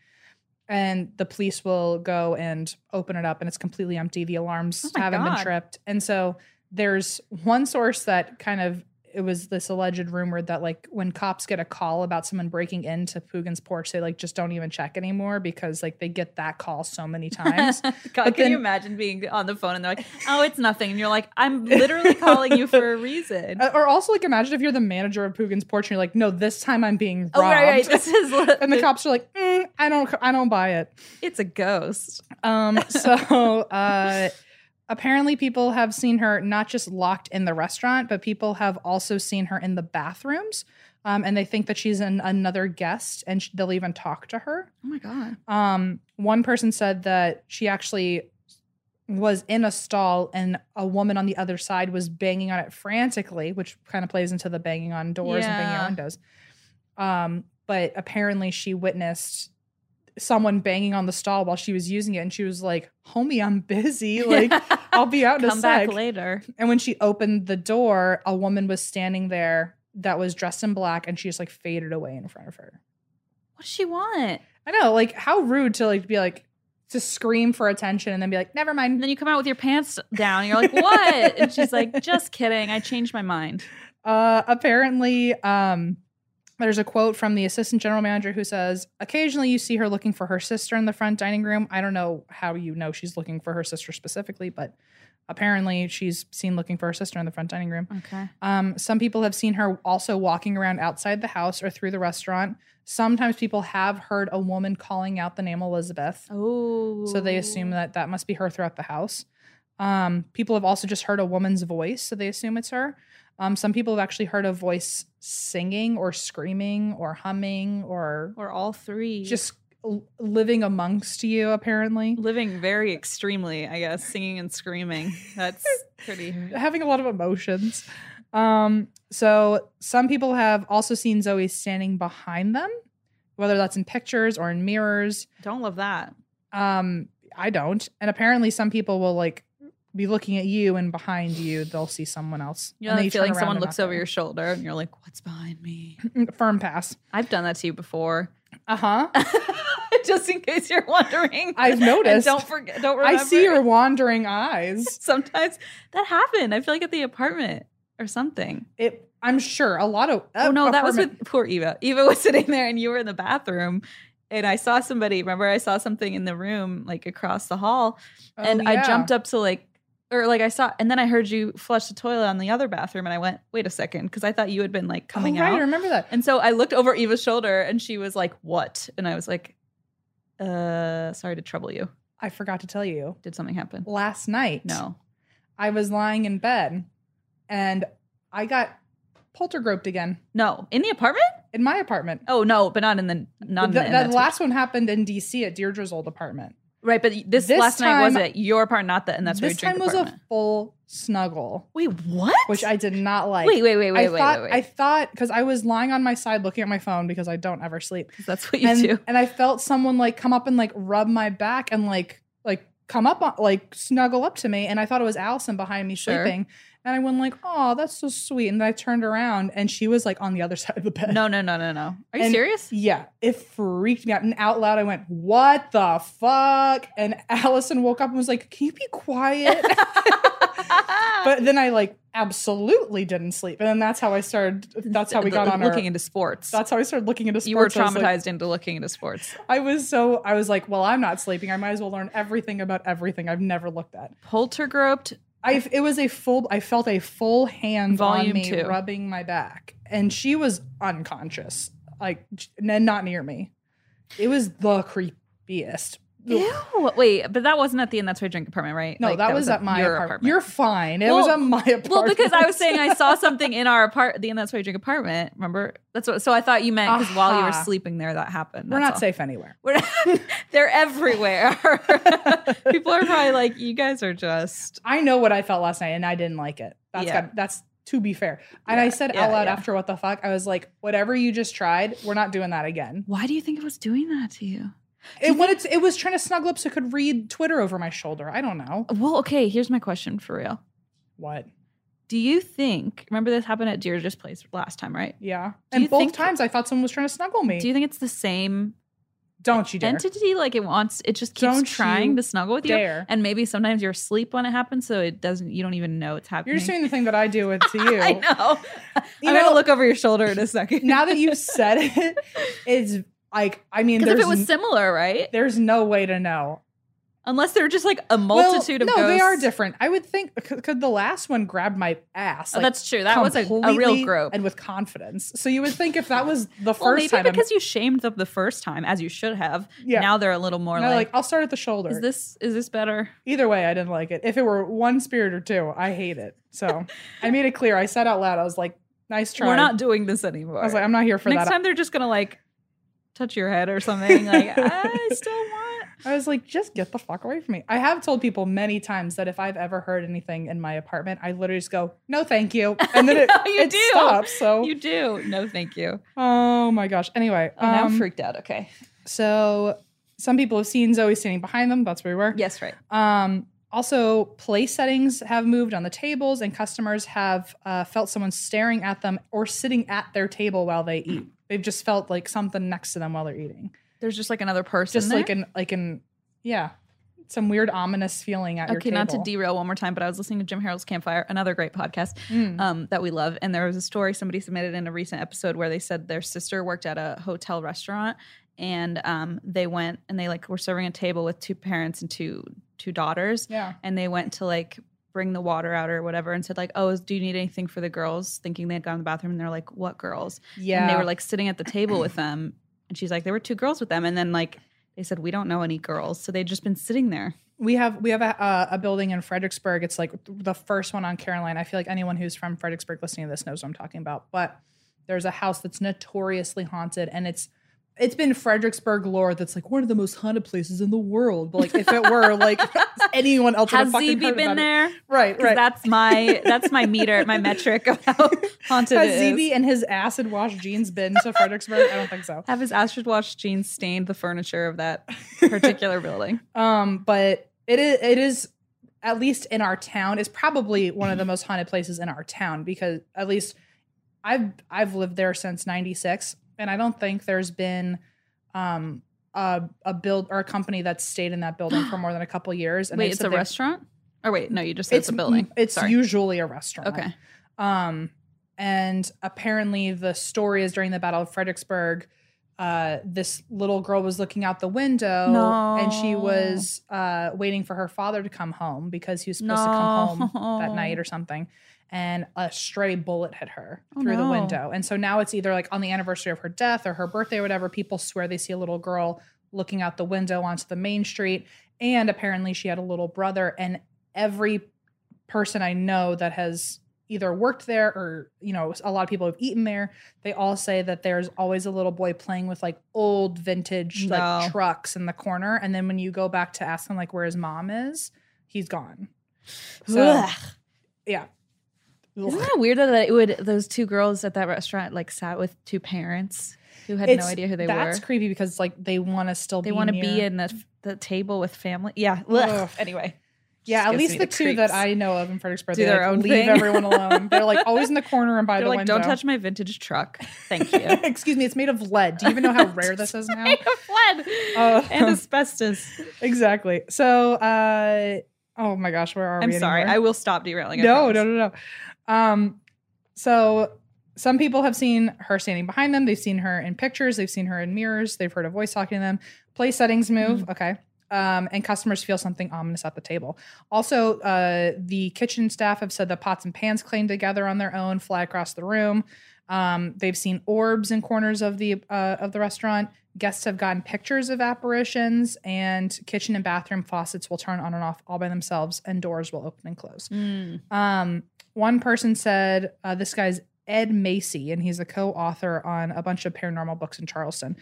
Speaker 2: And the police will go and open it up and it's completely empty. The alarms
Speaker 1: Oh my
Speaker 2: haven't
Speaker 1: God.
Speaker 2: been tripped. And so there's one source that kind of it was this alleged rumor that like when cops get a call about someone breaking into Pugin's porch, they like just don't even check anymore because like they get that call
Speaker 1: <laughs>
Speaker 2: so many times.
Speaker 1: God, can
Speaker 2: But
Speaker 1: you
Speaker 2: then-
Speaker 1: imagine being on the phone and they're like, "Oh, it's nothing," and you're like, "I'm literally calling you for a reason."
Speaker 2: Uh, or also like imagine if you're the manager of Pugin's porch and you're like, no, this time I'm being robbed.
Speaker 1: <laughs> oh, right, right. This <laughs> is
Speaker 2: and the cops are like, "Mm, I don't, I don't buy it.
Speaker 1: It's a ghost.
Speaker 2: Um, so uh, apparently, people have seen her not just locked in the restaurant, but people have also seen her in the bathrooms, um, and they think that she's an, another guest, and sh- they'll even talk to her.
Speaker 1: Oh my <laughs> god.
Speaker 2: Um, one person said that she actually was in a stall and a woman on the other side was banging on it frantically, which kind of plays into the banging on doors and banging
Speaker 1: Yeah.
Speaker 2: on windows. Um, but apparently she witnessed someone banging on the stall while she was using it and she was like, Homie,
Speaker 1: <laughs>
Speaker 2: I'm busy. Like I'll be out in a
Speaker 1: come back
Speaker 2: sec.
Speaker 1: later.
Speaker 2: And when she opened the door, a woman was standing there that was dressed in black and she just like faded away in front of her.
Speaker 1: What does she want?
Speaker 2: I know, like how rude to like be like to scream for attention and then be like, never
Speaker 1: And
Speaker 2: mind.
Speaker 1: then you come out with your pants down. And you're like, "What?" and she's <laughs> like, "Just kidding. I changed my mind."
Speaker 2: Uh, apparently, um, there's a quote from the assistant general manager who says, "Occasionally, you see her looking for her sister in the front dining room. I don't know how you know she's looking for her sister specifically, but apparently, she's seen looking for her sister in the front dining room."
Speaker 1: Okay.
Speaker 2: Um, some people have seen her also walking around outside the house or through the restaurant. Sometimes people have heard a woman calling out the name Elizabeth.
Speaker 1: Oh.
Speaker 2: So they assume that that must be her throughout the house. Um, people have also just heard a woman's voice, so they assume it's her. Um, some people have actually heard a voice singing or screaming or humming or
Speaker 1: Or all three.
Speaker 2: just l- living amongst you, apparently.
Speaker 1: living very extremely, I guess, singing and screaming. <laughs> That's pretty.
Speaker 2: Having a lot of emotions. Um, so some people have also seen Zoe standing behind them, whether that's in pictures or in mirrors.
Speaker 1: Don't love that.
Speaker 2: Um, I don't. And apparently, some people will like be looking at you, and behind you, they'll see someone else.
Speaker 1: You know,
Speaker 2: and
Speaker 1: that
Speaker 2: they turn
Speaker 1: feeling
Speaker 2: around
Speaker 1: someone
Speaker 2: and
Speaker 1: looks
Speaker 2: not
Speaker 1: over
Speaker 2: there.
Speaker 1: your shoulder and you're like, what's behind
Speaker 2: <laughs>
Speaker 1: me?
Speaker 2: firm pass.
Speaker 1: I've done that to you before.
Speaker 2: Uh huh.
Speaker 1: <laughs> Just in case you're wondering. Uh-huh. <laughs>
Speaker 2: I've
Speaker 1: And
Speaker 2: noticed.
Speaker 1: don't forget. Don't remember.
Speaker 2: I see your wandering eyes.
Speaker 1: <laughs> Sometimes that happened. I feel like at the apartment or something.
Speaker 2: It. I'm sure a lot of.
Speaker 1: Oh, no, that was
Speaker 2: apartment-
Speaker 1: with poor Eva. Eva was <laughs> sitting there and you were in the bathroom. And I saw somebody. Remember, I saw something in the room, like across the hall,
Speaker 2: Oh,
Speaker 1: and I
Speaker 2: yeah.
Speaker 1: jumped up to like, or like I saw, and then I heard you flush the toilet on the other bathroom, and I went, wait a second, because I thought you had been like coming
Speaker 2: oh, right,
Speaker 1: out.
Speaker 2: I remember that.
Speaker 1: And so I looked over Eva's shoulder and she was like, What? And I was like, Uh, sorry to trouble you.
Speaker 2: I forgot to tell you.
Speaker 1: Did something happen?
Speaker 2: Last night,
Speaker 1: No.
Speaker 2: I was lying in bed, and I got poltergroped again
Speaker 1: No. In the apartment?
Speaker 2: in my apartment.
Speaker 1: Oh, no, but not in the, not in
Speaker 2: Th-
Speaker 1: the,
Speaker 2: that
Speaker 1: that's-
Speaker 2: last one happened in D.C. at Deirdre's old apartment.
Speaker 1: Right, but this,
Speaker 2: this
Speaker 1: last night was
Speaker 2: time-
Speaker 1: at your apartment, not the, and that's where
Speaker 2: this
Speaker 1: you drink
Speaker 2: time was
Speaker 1: apartment.
Speaker 2: a full snuggle,
Speaker 1: Wait, what?
Speaker 2: which I did not like.
Speaker 1: wait, wait, wait, wait,
Speaker 2: I
Speaker 1: wait,
Speaker 2: thought
Speaker 1: wait,
Speaker 2: I
Speaker 1: wait.
Speaker 2: thought because I was lying on my side looking at my phone because I don't ever sleep.
Speaker 1: 'Cause that's what <laughs> you
Speaker 2: and,
Speaker 1: do.
Speaker 2: and I felt someone like come up and like rub my back and like like come up on, like snuggle up to me and I thought it was Allison behind me
Speaker 1: Sure.
Speaker 2: sleeping. And I went like, "Oh, that's so sweet." And then I turned around and she was like on the other <laughs> side of the bed.
Speaker 1: No, no, no, no, no. Are you
Speaker 2: And-
Speaker 1: serious?
Speaker 2: Yeah, it freaked me out. And out loud I went, "What the fuck?" And Allison woke up and was like, "Can you be quiet?" <laughs> <laughs> but then I like absolutely didn't sleep, and then that's how I started. That's how we
Speaker 1: The-
Speaker 2: got on our.
Speaker 1: looking into sports.
Speaker 2: that's how I started looking into sports.
Speaker 1: you were
Speaker 2: I was like-
Speaker 1: traumatized into looking into sports.
Speaker 2: I was so I was like, well, I'm not sleeping. I might as well learn everything about everything I've never looked at.
Speaker 1: Poltergroped.
Speaker 2: I it was a full. I felt a full hand on
Speaker 1: Volume
Speaker 2: me
Speaker 1: two.
Speaker 2: rubbing my back, and she was unconscious, like n- not near me. It was the creepiest.
Speaker 1: Ew. Wait, but that wasn't at the end. That's why drink apartment, right?
Speaker 2: No,
Speaker 1: Like,
Speaker 2: that, was, at my
Speaker 1: your
Speaker 2: apartment. You're fine. It was
Speaker 1: Well-
Speaker 2: at my apartment.
Speaker 1: Well, because I was saying I
Speaker 2: <laughs>
Speaker 1: saw something in our apart the end that's why you drink apartment. Remember? That's what so I thought you meant because while you were
Speaker 2: Aha.
Speaker 1: sleeping there that happened.
Speaker 2: <laughs> we're not
Speaker 1: That's all.
Speaker 2: safe anywhere. <laughs>
Speaker 1: We're they're everywhere. <laughs> People are probably like, you guys are just
Speaker 2: I know what I felt last night, and I didn't like it. That's
Speaker 1: Yeah.
Speaker 2: got, that's to be fair. And I
Speaker 1: Yeah,
Speaker 2: said
Speaker 1: yeah,
Speaker 2: out loud
Speaker 1: yeah.
Speaker 2: after what the fuck, I was like, whatever you just tried, we're not doing
Speaker 1: <laughs>
Speaker 2: that again.
Speaker 1: why do you think it was doing that to you?
Speaker 2: It wanted to, it was trying to snuggle up so it could read Twitter over my shoulder. I don't know
Speaker 1: Well, okay, here's my question for real.
Speaker 2: what.
Speaker 1: Do you think remember this happened at Deirdre's place last time, right?
Speaker 2: Yeah,
Speaker 1: Do you
Speaker 2: and both
Speaker 1: think-
Speaker 2: times I thought someone was trying to snuggle me.
Speaker 1: Do you think it's the same
Speaker 2: don't you dare,
Speaker 1: entity? Like it wants it just keeps
Speaker 2: Don't
Speaker 1: trying
Speaker 2: you
Speaker 1: to snuggle with you.
Speaker 2: dare!
Speaker 1: And maybe sometimes you're asleep when it happens, so it doesn't you don't even know it's happening.
Speaker 2: You're
Speaker 1: <laughs>
Speaker 2: just doing the thing that I do with to you.
Speaker 1: I know.
Speaker 2: You
Speaker 1: I'm
Speaker 2: know-
Speaker 1: gonna look over your shoulder in a second. <laughs>
Speaker 2: Now that you've said it, it's like I mean,
Speaker 1: because
Speaker 2: there's
Speaker 1: if it was
Speaker 2: n-
Speaker 1: similar, right?
Speaker 2: there's no way to know.
Speaker 1: Unless they're just like a
Speaker 2: Well,
Speaker 1: multitude
Speaker 2: no,
Speaker 1: of ghosts.
Speaker 2: they are different. I would think because the last one grabbed my ass.
Speaker 1: Oh,
Speaker 2: like,
Speaker 1: that's true. That was a, a real
Speaker 2: completely
Speaker 1: grope.
Speaker 2: and with confidence. So you would think if that was the first
Speaker 1: well, maybe
Speaker 2: time, I'm-
Speaker 1: because you shamed them the first time, as you should have.
Speaker 2: yeah,
Speaker 1: Now they're a little more
Speaker 2: now, like,
Speaker 1: like,
Speaker 2: I'll start at the shoulder.
Speaker 1: is this is this better?
Speaker 2: Either way, I didn't like it. If it were one spirit or two, I hate it.
Speaker 1: <laughs>
Speaker 2: So I made it clear. I said out loud, I was like, "Nice try."
Speaker 1: We're not doing this anymore.
Speaker 2: I was like, "I'm not here for
Speaker 1: Next
Speaker 2: that."
Speaker 1: time they're just gonna like touch your head or something. Like
Speaker 2: <laughs>
Speaker 1: I still want.
Speaker 2: I was like, "Just get the fuck away from me." I have told people many times that if I've ever heard anything in my apartment, I literally just go, "No, thank
Speaker 1: <laughs>
Speaker 2: you," and then it,
Speaker 1: know, you
Speaker 2: it
Speaker 1: do.
Speaker 2: stops. So,
Speaker 1: You do. No, thank you.
Speaker 2: oh my gosh. Anyway,
Speaker 1: Oh, now I'm
Speaker 2: um,
Speaker 1: freaked out. Okay.
Speaker 2: So some people have seen Zoe standing behind them. That's where we were.
Speaker 1: Yes, right.
Speaker 2: Um, also, place settings have moved on the tables, and customers have uh, felt someone staring at them or sitting at their table while
Speaker 1: <clears throat>
Speaker 2: they eat. They've just felt like something next to them while they're eating.
Speaker 1: There's just like another person.
Speaker 2: Just
Speaker 1: there?
Speaker 2: like an like an yeah, some weird ominous feeling at your
Speaker 1: okay,
Speaker 2: table.
Speaker 1: not to derail one more time, but I was listening to Jim Harold's Campfire, another great podcast
Speaker 2: Mm.
Speaker 1: um, that we love. And there was a story somebody submitted in a recent episode where they said their sister worked at a hotel restaurant and um, they went and they like were serving a table with two parents and two two daughters
Speaker 2: yeah.
Speaker 1: and they went to like bring the water out or whatever and said like oh is- do you need anything for the girls thinking they had gone to the bathroom and they're like what girls
Speaker 2: Yeah.
Speaker 1: and they were like sitting at the table with them and she's like there were two girls with them and then like they said we don't know any girls so they'd just been sitting there
Speaker 2: we have we have a, uh, a building in Fredericksburg. It's like the first one on Caroline. I feel like anyone who's from Fredericksburg listening to this knows what I'm talking about. But there's a house that's notoriously haunted, and it's it's been Fredericksburg lore that's like one of the most haunted places in the world. But like if it
Speaker 1: <laughs>
Speaker 2: were like <laughs> anyone else, would have
Speaker 1: Has
Speaker 2: fucking
Speaker 1: Zeeby
Speaker 2: heard
Speaker 1: been
Speaker 2: about it.
Speaker 1: there?
Speaker 2: Right,
Speaker 1: 'Cause
Speaker 2: right.
Speaker 1: That's my that's my meter,
Speaker 2: <laughs>
Speaker 1: my metric of how haunted
Speaker 2: Has
Speaker 1: it is.
Speaker 2: Zeeby and his acid wash jeans been to Fredericksburg? I don't
Speaker 1: <laughs>
Speaker 2: think so.
Speaker 1: Have his Astrid Wash jeans stained the furniture of
Speaker 2: <laughs>
Speaker 1: that particular building?
Speaker 2: Um, but it is it is at least in our town is probably one of the most haunted places in our town because at least I've I've lived there since '96, and I don't think there's been um a a build or a company that's stayed in that building
Speaker 1: <gasps>
Speaker 2: for more than a couple years. And
Speaker 1: wait,
Speaker 2: they've
Speaker 1: it's
Speaker 2: said
Speaker 1: a
Speaker 2: they-
Speaker 1: restaurant? Or wait, no, you just said it's, a building.
Speaker 2: It's
Speaker 1: Sorry.
Speaker 2: usually a restaurant.
Speaker 1: Okay.
Speaker 2: Um, and apparently, the story is during the Battle of Fredericksburg, uh, this little girl was looking out the window and she
Speaker 1: No.
Speaker 2: was uh, waiting for her father to come home because he was supposed to come home that
Speaker 1: <laughs>
Speaker 2: night or something. And a stray bullet hit her
Speaker 1: Oh,
Speaker 2: through the
Speaker 1: no.
Speaker 2: window. And so now it's either like on the anniversary of her death or her birthday or whatever, people swear they see a little girl looking out the window onto the main street. And apparently, she had a little brother. And every person I know that has either worked there or, you know, a lot of people have eaten there, they all say that there's always a little boy playing with like old vintage
Speaker 1: No.
Speaker 2: like trucks in the corner. And then when you go back to ask him like where his mom is, he's gone. So,
Speaker 1: Ugh.
Speaker 2: yeah.
Speaker 1: Isn't that weird though that it would those two girls at that restaurant like sat with two parents who had no
Speaker 2: It's-
Speaker 1: idea who they
Speaker 2: That's
Speaker 1: were?
Speaker 2: creepy because it's like they want to still
Speaker 1: they
Speaker 2: want to
Speaker 1: be in the the table with family. Yeah.
Speaker 2: Ugh.
Speaker 1: Ugh. Anyway.
Speaker 2: Yeah,
Speaker 1: Just
Speaker 2: at
Speaker 1: gives
Speaker 2: least
Speaker 1: me
Speaker 2: the, two that
Speaker 1: creeps.
Speaker 2: I know of in Fredericksburg,
Speaker 1: Do
Speaker 2: they
Speaker 1: their
Speaker 2: like,
Speaker 1: own
Speaker 2: leave
Speaker 1: thing.
Speaker 2: everyone alone. They're like always in the corner and by
Speaker 1: They're
Speaker 2: the
Speaker 1: like,
Speaker 2: window.
Speaker 1: don't touch my vintage truck.
Speaker 2: <laughs>
Speaker 1: Thank you.
Speaker 2: Excuse me, it's made of lead. Do you even know how rare this
Speaker 1: <laughs>
Speaker 2: is now?
Speaker 1: Made of lead
Speaker 2: Uh, <laughs>
Speaker 1: and asbestos.
Speaker 2: exactly. So uh Oh my gosh, where are
Speaker 1: I'm
Speaker 2: we?
Speaker 1: sorry.
Speaker 2: anymore?
Speaker 1: I will stop derailing. I
Speaker 2: no,
Speaker 1: promise.
Speaker 2: no, no, no. Um, so some people have seen her standing behind them. They've seen her in pictures. They've seen her in mirrors. They've heard a voice talking to them. Play settings move. Okay. Um, and customers feel something ominous at the table. Also, uh, the kitchen staff have said the pots and pans cling together on their own, fly across the room. Um, they've seen orbs in corners of the uh, of the restaurant. Guests have gotten pictures of apparitions, and kitchen and bathroom faucets will turn on and off all by themselves, and doors will open and close.
Speaker 1: Mm.
Speaker 2: Um, one person said uh, this guy's Ed Macy, and he's a co-author on a bunch of paranormal books in Charleston.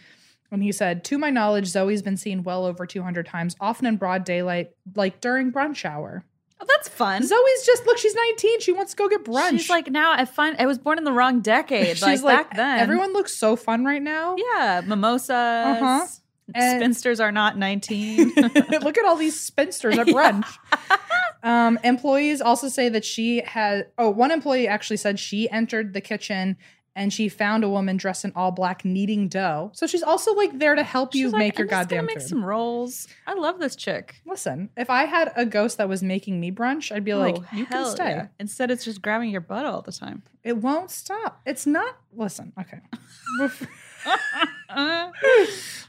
Speaker 2: And he said, "To my knowledge, Zoe's been seen well over 200 times, often in broad daylight, like during brunch hour.
Speaker 1: Oh, that's fun.
Speaker 2: Zoe's just look; she's 19. She wants to go get brunch.
Speaker 1: She's like now I find I was born in the wrong decade.
Speaker 2: <laughs> She's
Speaker 1: like,
Speaker 2: like, "E-,
Speaker 1: back then,
Speaker 2: everyone looks so fun right now.
Speaker 1: Yeah, mimosas.
Speaker 2: Uh-huh. And-
Speaker 1: Spinsters are not
Speaker 2: <laughs>
Speaker 1: 19.
Speaker 2: Look at all these spinsters at brunch. um, employees also say that she had. Oh, one employee actually said she entered the kitchen and she found a woman dressed in all black kneading dough. So she's also like there to help
Speaker 1: <laughs>
Speaker 2: you
Speaker 1: She's like,
Speaker 2: make your
Speaker 1: "I'm just gonna
Speaker 2: goddamn
Speaker 1: make
Speaker 2: food.
Speaker 1: some rolls. I love this chick.
Speaker 2: Listen, if I had a ghost that was making me brunch, I'd be like,
Speaker 1: Oh,
Speaker 2: "You can
Speaker 1: hell
Speaker 2: stay.
Speaker 1: yeah. Instead, it's just grabbing your butt all the time.
Speaker 2: It won't stop. It's not. Listen, okay.
Speaker 1: Uh,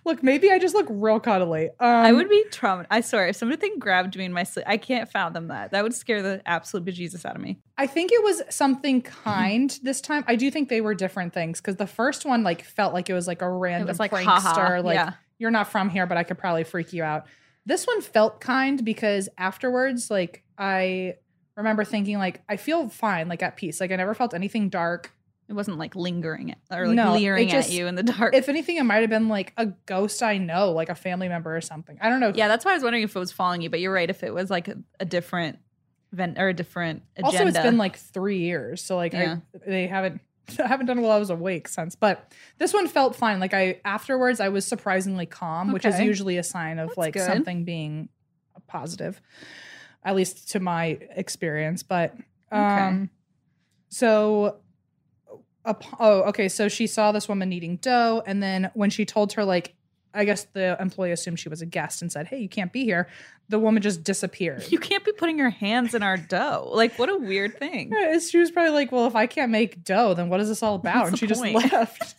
Speaker 2: look, maybe I just look real cuddly. Um,
Speaker 1: I would be traumatized. I swear, if something grabbed me in my sleep, I can't fathom that. That would scare the absolute bejesus out of me.
Speaker 2: I think it was something
Speaker 1: Mm-hmm.
Speaker 2: kind this time. I do think they were different things because the first one like felt like it was like a random
Speaker 1: was like,
Speaker 2: prankster,
Speaker 1: haha,
Speaker 2: like
Speaker 1: yeah.
Speaker 2: you're not from here, but I could probably freak you out. This one felt kind because afterwards, like I remember thinking, like I feel fine, like at peace. Like I never felt anything dark.
Speaker 1: It wasn't like lingering at, or like
Speaker 2: No, it
Speaker 1: leering
Speaker 2: just-
Speaker 1: at you in the dark.
Speaker 2: If anything, it might have been like a ghost I know, like a family member or something. I don't know.
Speaker 1: yeah, that's why I was wondering if it was following you. But you're right. If it was like a, a different event or a different agenda.
Speaker 2: Also, it's been like three years, so like
Speaker 1: Yeah.
Speaker 2: I, they haven't <laughs> I haven't done while I was awake since. But this one felt fine. Like I afterwards, I was surprisingly calm, which is
Speaker 1: Okay.
Speaker 2: usually a sign of
Speaker 1: That's
Speaker 2: like
Speaker 1: good.
Speaker 2: something being positive, at least to my experience. But
Speaker 1: Okay.
Speaker 2: um, so. up- Oh, okay. So she saw this woman kneading dough, and then when she told her, like, I guess the employee assumed she was a guest and said, "Hey, you can't be here." The woman just disappeared.
Speaker 1: <laughs> You can't be putting your hands in our dough. Like, what a weird thing.
Speaker 2: Yeah, it's- she was probably like, "Well, if I can't make dough, then what is this all about?"
Speaker 1: What's
Speaker 2: and
Speaker 1: the
Speaker 2: she
Speaker 1: point? <laughs>
Speaker 2: just left.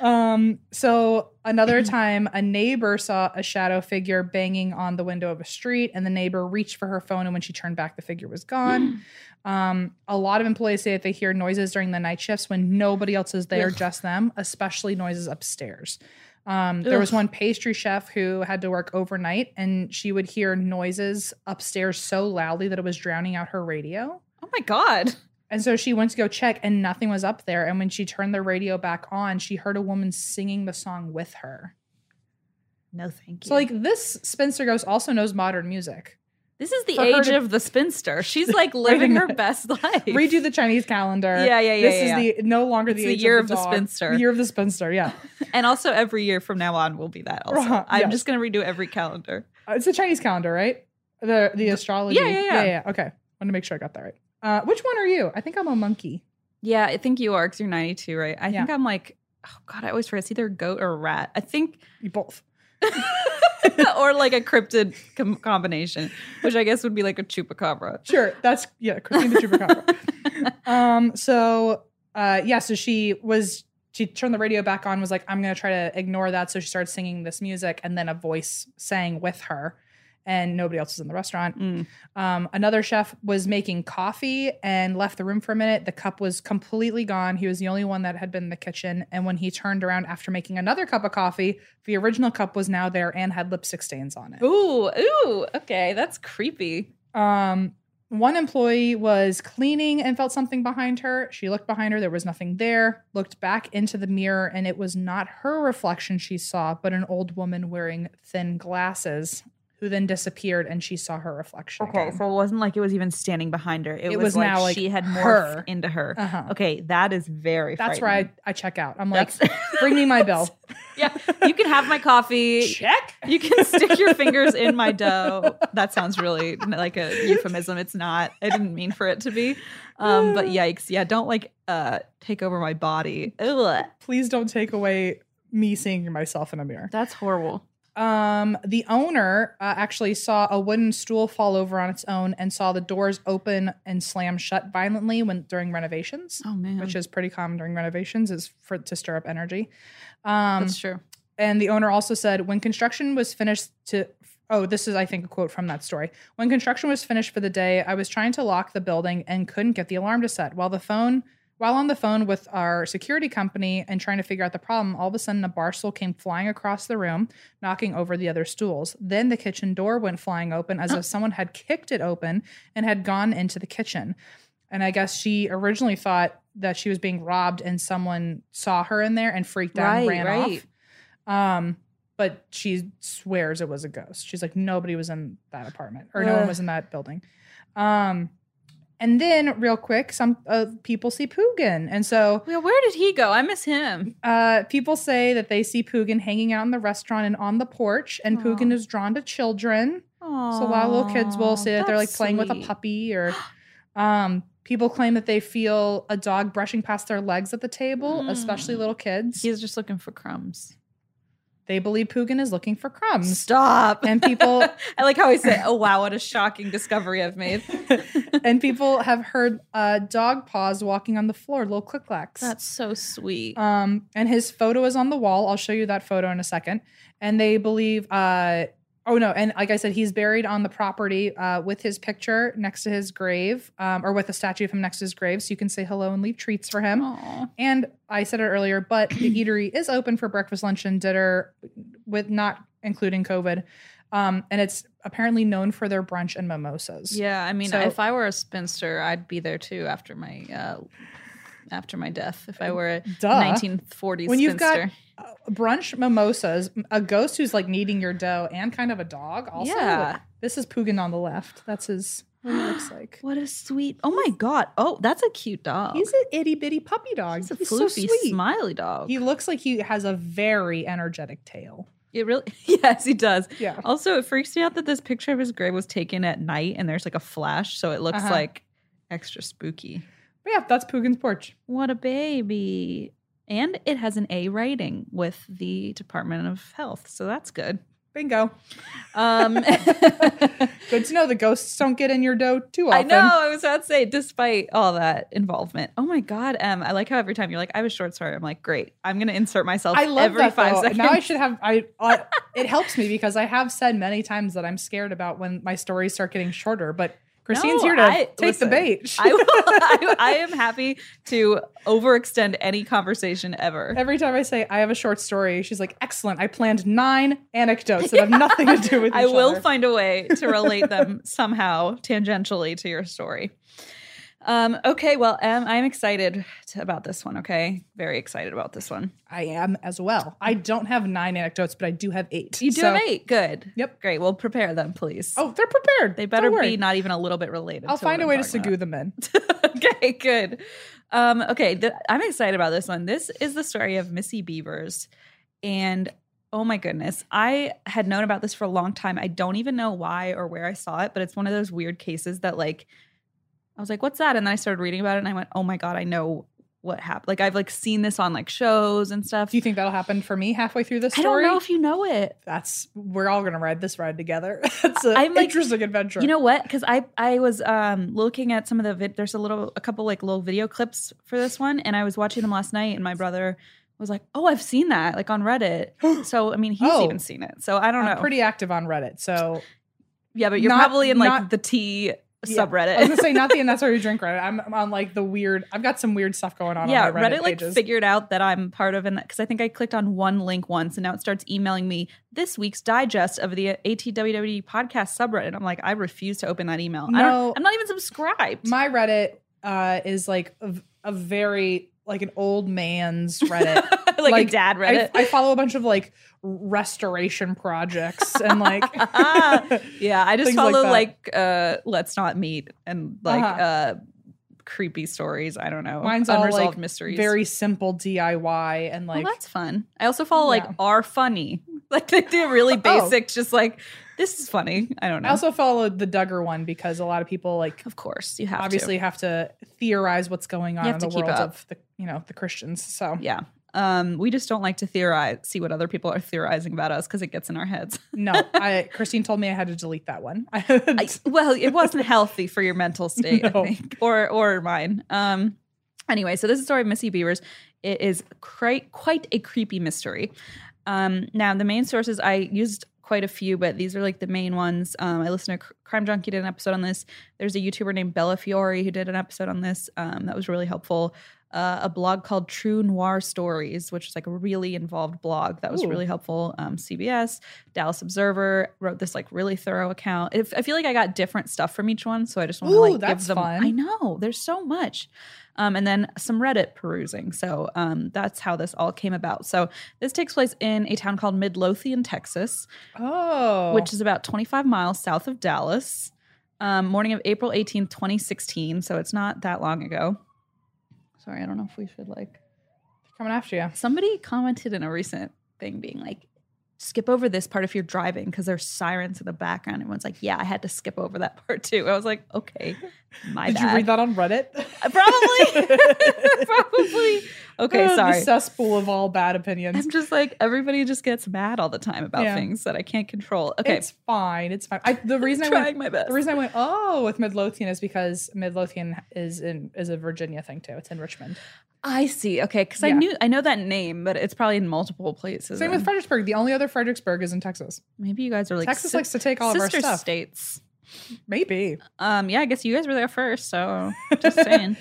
Speaker 2: um, so
Speaker 1: <clears throat>
Speaker 2: another time, a neighbor saw a shadow figure banging on the window of a street, and the neighbor reached for her phone, and when she turned back, the figure was
Speaker 1: <gasps>
Speaker 2: gone. um, a lot of employees say that they hear noises during the night shifts when nobody else is there,
Speaker 1: Ugh.
Speaker 2: just them, especially noises upstairs. Um, there was
Speaker 1: Ugh.
Speaker 2: one pastry chef who had to work overnight, and she would hear noises upstairs so loudly that it was drowning out her radio.
Speaker 1: Oh my God.
Speaker 2: And so she went to go check and nothing was up there. And when she turned the radio back on, she heard a woman singing the song with her.
Speaker 1: No, thank you.
Speaker 2: So, like, this spinster ghost also knows modern music.
Speaker 1: this is the
Speaker 2: for her
Speaker 1: age
Speaker 2: to-
Speaker 1: of the spinster. <laughs> She's like living her best <laughs> life.
Speaker 2: Redo the Chinese calendar.
Speaker 1: Yeah, yeah, yeah.
Speaker 2: This
Speaker 1: yeah, yeah.
Speaker 2: is the no longer
Speaker 1: It's
Speaker 2: the,
Speaker 1: the
Speaker 2: age
Speaker 1: year
Speaker 2: of the,
Speaker 1: of the
Speaker 2: dog.
Speaker 1: spinster.
Speaker 2: Year of the
Speaker 1: <laughs>
Speaker 2: spinster, yeah.
Speaker 1: and also every year from now on will be that. Also,
Speaker 2: Uh-huh,
Speaker 1: I'm
Speaker 2: yes.
Speaker 1: just gonna redo every calendar.
Speaker 2: Uh, It's the Chinese calendar, right? The the astrology.
Speaker 1: yeah, yeah.
Speaker 2: Okay. Want to make sure I got that right. Uh, which one are you? I think I'm a monkey.
Speaker 1: Yeah, I think you are because you're 92, right? I
Speaker 2: Yeah.
Speaker 1: think I'm like, oh God, I always forget. It's either a goat or a rat. I think,
Speaker 2: You both.
Speaker 1: <laughs> or like a cryptid com- combination, which I guess would be like a chupacabra.
Speaker 2: Sure. That's yeah, Christine the Chupacabra. um, so uh yeah, so she was she turned the radio back on, was like, I'm gonna try to ignore that. So she started singing this music, and then a voice sang with her, and nobody else was in the restaurant.
Speaker 1: Mm.
Speaker 2: Um, another chef was making coffee and left the room for a minute. The cup was completely gone. He was the only one that had been in the kitchen. And when he turned around after making another cup of coffee, the original cup was now there and had lipstick stains on it.
Speaker 1: Ooh, ooh, okay, that's creepy.
Speaker 2: Um, one employee was cleaning and felt something behind her. She looked behind her, there was nothing there, looked back into the mirror, and it was not her reflection she saw, but an old woman wearing thin glasses who then disappeared and she saw her reflection.
Speaker 1: Okay,
Speaker 2: again.
Speaker 1: so it wasn't like it was even standing behind her. It,
Speaker 2: It
Speaker 1: was,
Speaker 2: was
Speaker 1: like
Speaker 2: now, like,
Speaker 1: she had morphed
Speaker 2: her.
Speaker 1: into her.
Speaker 2: Uh-huh.
Speaker 1: Okay, that is very.
Speaker 2: That's where
Speaker 1: frightening.
Speaker 2: I, I check out. I'm like,
Speaker 1: That's-
Speaker 2: bring
Speaker 1: <laughs>
Speaker 2: me my bill.
Speaker 1: yeah, you can have my coffee.
Speaker 2: Check.
Speaker 1: You
Speaker 2: <laughs>
Speaker 1: can stick your fingers in my dough. That sounds really like
Speaker 2: <laughs>
Speaker 1: a euphemism. It's not. I didn't mean for it to be. Um,
Speaker 2: <sighs>
Speaker 1: but yikes! Yeah, don't like uh take over my body. Ugh,
Speaker 2: Please don't take away me seeing myself in a mirror.
Speaker 1: that's horrible.
Speaker 2: Um, the owner uh, actually saw a wooden stool fall over on its own and saw the doors open and slam shut violently when during renovations,
Speaker 1: Oh man,
Speaker 2: which is pretty common during renovations, is for to stir up energy. Um,
Speaker 1: that's true.
Speaker 2: and the owner also said when construction was finished to oh this is i think a quote from that story when construction was finished for the day i was trying to lock the building and couldn't get the alarm to set while the phone while on the phone with our security company and trying to figure out the problem all of a sudden a bar stool came flying across the room knocking over the other stools then the kitchen door went flying open
Speaker 1: Oh.
Speaker 2: as if someone had kicked it open and had gone into the kitchen and i guess she originally thought that she was being robbed and someone saw her in there and freaked out and
Speaker 1: Right,
Speaker 2: ran
Speaker 1: right.
Speaker 2: off um, but she swears it was a ghost. She's like, nobody was in that apartment or no one
Speaker 1: Ugh.
Speaker 2: was in that building. Um, and then real quick, some uh, people see Pugin, and so
Speaker 1: Well, where did he go? I miss him.
Speaker 2: uh, people say that they see Pugin hanging out in the restaurant and on the porch, and
Speaker 1: Aw.
Speaker 2: Pugin is drawn to children. So a lot of little kids will say that they're like playing with a puppy or um people claim that they feel a dog brushing past their legs at the table, especially
Speaker 1: Mm.
Speaker 2: little kids.
Speaker 1: He's just looking for crumbs.
Speaker 2: they believe Pugin is looking for
Speaker 1: <laughs>
Speaker 2: crumbs.
Speaker 1: Stop.
Speaker 2: And people
Speaker 1: <laughs> I like how he said, "Oh wow, what a shocking discovery I've
Speaker 2: <laughs>
Speaker 1: made."
Speaker 2: and people have heard uh, dog paws walking on the floor, little click clacks.
Speaker 1: That's so sweet.
Speaker 2: Um, and his photo is on the wall. I'll show you that photo in a second. And they believe, uh, oh no, and like I said, he's buried on the property uh, with his picture next to his grave, um, or with a statue of him next to his grave, so you can say hello and leave treats for him.
Speaker 1: Aw.
Speaker 2: And I said it earlier, but
Speaker 1: <clears throat>
Speaker 2: the eatery is open for breakfast, lunch, and dinner, with not including COVID. Um, and it's apparently known for their brunch and mimosas.
Speaker 1: Yeah, I mean,
Speaker 2: So-
Speaker 1: if I were a spinster, I'd be there too after my uh, after my death. If I were a
Speaker 2: Duh.
Speaker 1: 1940s
Speaker 2: When you've got
Speaker 1: spinster,
Speaker 2: brunch mimosas, a ghost who's like kneading your dough, and kind of a dog. Also,
Speaker 1: Yeah.
Speaker 2: Like, this is Pugin on the left. That's his. What he looks
Speaker 1: <gasps>
Speaker 2: like.
Speaker 1: what a sweet! Oh my god! Oh, that's a cute dog.
Speaker 2: He's an itty bitty puppy dog.
Speaker 1: He's a
Speaker 2: He's so
Speaker 1: floofy,
Speaker 2: sweet.
Speaker 1: smiley dog.
Speaker 2: He looks like he has a very energetic tail.
Speaker 1: it really, <laughs> yes, he does. <laughs>
Speaker 2: Yeah.
Speaker 1: Also, it freaks me out that this picture of his grave was taken at night and there's like a flash, so it looks
Speaker 2: Uh-huh.
Speaker 1: like extra spooky.
Speaker 2: But yeah, that's Pugin's porch.
Speaker 1: What a baby. And it has an A rating with the Department of Health, so that's good.
Speaker 2: Bingo. <laughs>
Speaker 1: Um, <laughs>
Speaker 2: Good to know the ghosts don't get in your dough too
Speaker 1: I
Speaker 2: often.
Speaker 1: know, I was about to say, despite all that involvement. Oh my God. Um, I like how every time you're like, I have a short story, I'm like, great, I'm going to insert myself
Speaker 2: I love
Speaker 1: every
Speaker 2: that
Speaker 1: five
Speaker 2: though.
Speaker 1: seconds. <laughs>
Speaker 2: Now I should have. I, I it helps me because I have said many times that I'm scared about when my stories start getting shorter. But Christine's
Speaker 1: No,
Speaker 2: here to
Speaker 1: I-
Speaker 2: take
Speaker 1: listen,
Speaker 2: the bait.
Speaker 1: I, will, I, I am happy to overextend any conversation ever.
Speaker 2: Every time I say I have a short story, she's like, "Excellent! I planned nine
Speaker 1: <laughs>
Speaker 2: anecdotes that have nothing to do with each
Speaker 1: I will
Speaker 2: other."
Speaker 1: find a way
Speaker 2: <laughs>
Speaker 1: to relate them somehow tangentially to your story. Um, okay, well, um, I'm excited to, about this one. Okay, very excited about this one.
Speaker 2: I am as well. I don't have nine anecdotes, but I do have eight.
Speaker 1: You do
Speaker 2: So-
Speaker 1: have eight. Good.
Speaker 2: Yep.
Speaker 1: Great. Well, prepare them, please.
Speaker 2: Oh, they're prepared.
Speaker 1: they better
Speaker 2: Don't worry.
Speaker 1: be not even a little bit related.
Speaker 2: I'll
Speaker 1: to what
Speaker 2: find a
Speaker 1: I'm
Speaker 2: way to
Speaker 1: talking about.
Speaker 2: segoo them in.
Speaker 1: <laughs> okay, good. Um, okay, th- I'm excited about this one. This is the story of Missy Beavers. And oh my goodness, I had known about this for a long time. I don't even know why or where I saw it, but it's one of those weird cases that, like, I was like, what's that? And then I started reading about it and I went, oh my God, I know what happened. Like, I've like seen this on like shows and stuff.
Speaker 2: Do you think that'll happen for me halfway through this
Speaker 1: I don't
Speaker 2: story?
Speaker 1: know if you know it.
Speaker 2: That's we're all gonna ride this ride together. <laughs> it's an
Speaker 1: I'm like-
Speaker 2: interesting adventure.
Speaker 1: You know what? Because I I was um looking at some of the vid- there's a little a couple like little video clips for this one, and I was watching them last night, and my brother was like, "Oh, I've seen that like on Reddit."
Speaker 2: <gasps>
Speaker 1: so I mean, he's
Speaker 2: Oh.
Speaker 1: even seen it. So I don't
Speaker 2: I'm
Speaker 1: know.
Speaker 2: pretty active on
Speaker 1: <laughs>
Speaker 2: Reddit, so
Speaker 1: yeah, but you're
Speaker 2: not-
Speaker 1: probably in like
Speaker 2: not-
Speaker 1: the tea
Speaker 2: Yeah.
Speaker 1: subreddit.
Speaker 2: I was gonna say not the and that's where you drink Reddit. I'm, I'm on like the weird. I've got some weird stuff going on.
Speaker 1: yeah,
Speaker 2: on my Reddit,
Speaker 1: Reddit, like
Speaker 2: pages.
Speaker 1: figured out that I'm part of, and because I think I clicked on one link once, and now it starts emailing me this week's digest of the ATWWD podcast subreddit. I'm like, I refuse to open that email. I
Speaker 2: No.
Speaker 1: don't, I'm not even subscribed.
Speaker 2: my Reddit uh, is like a, a very like an old
Speaker 1: <laughs>
Speaker 2: man's Reddit.
Speaker 1: <laughs> like,
Speaker 2: like,
Speaker 1: a dad
Speaker 2: I,
Speaker 1: Reddit.
Speaker 2: I follow a bunch of like restoration projects
Speaker 1: <laughs>
Speaker 2: and like <laughs>
Speaker 1: Yeah, I just
Speaker 2: Things like
Speaker 1: follow
Speaker 2: that.
Speaker 1: like, uh let's not meet and like uh
Speaker 2: Uh-huh.
Speaker 1: creepy stories. I don't know.
Speaker 2: Mine's all,
Speaker 1: unresolved
Speaker 2: like,
Speaker 1: mysteries.
Speaker 2: very simple DIY and
Speaker 1: well,
Speaker 2: like
Speaker 1: that's fun. I also follow like
Speaker 2: Yeah.
Speaker 1: are funny. <laughs> Like they do
Speaker 2: <laughs>
Speaker 1: really basic, just like this is funny. I don't know.
Speaker 2: I also followed the Duggar one because a lot of people like
Speaker 1: of course, you have
Speaker 2: obviously have to theorize what's going on
Speaker 1: have
Speaker 2: in
Speaker 1: to
Speaker 2: the
Speaker 1: keep
Speaker 2: world
Speaker 1: up. <laughs>
Speaker 2: of the you know the Christians. So
Speaker 1: to. Yeah. Um, we just don't like to theorize, see what other people are theorizing about us because it gets in our heads.
Speaker 2: No, I, Christine told me I had to delete that one. <laughs>
Speaker 1: I, well, it wasn't healthy for your mental state,
Speaker 2: No.
Speaker 1: I think, or or mine. Um, anyway, so this is the story of Missy Beavers. It is quite quite a creepy mystery. Um, now, the main sources I used quite a few, but these are like the main ones. Um, I listened to Cr- Crime Junkie did an episode on this. There's a YouTuber named Bella Fiore who did an episode on this. Um, that was really helpful. Uh, a blog called True Noir Stories, which is like a really involved blog that was
Speaker 2: Ooh.
Speaker 1: really helpful. Um, CBS, Dallas Observer wrote this like really thorough account. If, I feel like I got different stuff from each one, so I just want to
Speaker 2: Ooh,
Speaker 1: like
Speaker 2: that's
Speaker 1: give them.
Speaker 2: fun.
Speaker 1: I know there's so much, um, and then some Reddit perusing. So um, that's how this all came about. So this takes place in a town called Midlothian, Texas
Speaker 2: oh,
Speaker 1: which is about 25 miles south of Dallas, um, morning of April 18th, 2016. So it's not that long ago. Sorry, I don't know if we should like.
Speaker 2: coming after you.
Speaker 1: Somebody commented in a recent thing being like, skip over this part if you're driving because there's sirens in the background. Everyone's like, yeah, I had to skip over that part too. I was like, okay, my
Speaker 2: Did
Speaker 1: bad. Uh,
Speaker 2: you read that on Reddit?
Speaker 1: <laughs>
Speaker 2: <laughs>
Speaker 1: Probably. Probably. Okay,
Speaker 2: Oh,
Speaker 1: sorry.
Speaker 2: The cesspool of all bad opinions.
Speaker 1: I'm just like, everybody just gets mad all the time about
Speaker 2: Yeah.
Speaker 1: things that I can't control. Okay,
Speaker 2: It's fine. It's fine. I, the reason I
Speaker 1: I'm
Speaker 2: went
Speaker 1: trying my best.
Speaker 2: The reason I went oh with Midlothian is because Midlothian is in is a Virginia thing too. It's in Richmond.
Speaker 1: I see. Okay, because I
Speaker 2: Yeah.
Speaker 1: knew I know that name, but it's probably in multiple places.
Speaker 2: Same with
Speaker 1: and
Speaker 2: Fredericksburg. The only other Fredericksburg is in Texas.
Speaker 1: maybe you guys are like
Speaker 2: Texas
Speaker 1: sis-
Speaker 2: likes to take all of our
Speaker 1: sister
Speaker 2: stuff.
Speaker 1: states.
Speaker 2: Maybe.
Speaker 1: Um, yeah, I guess you guys were there first, so just saying.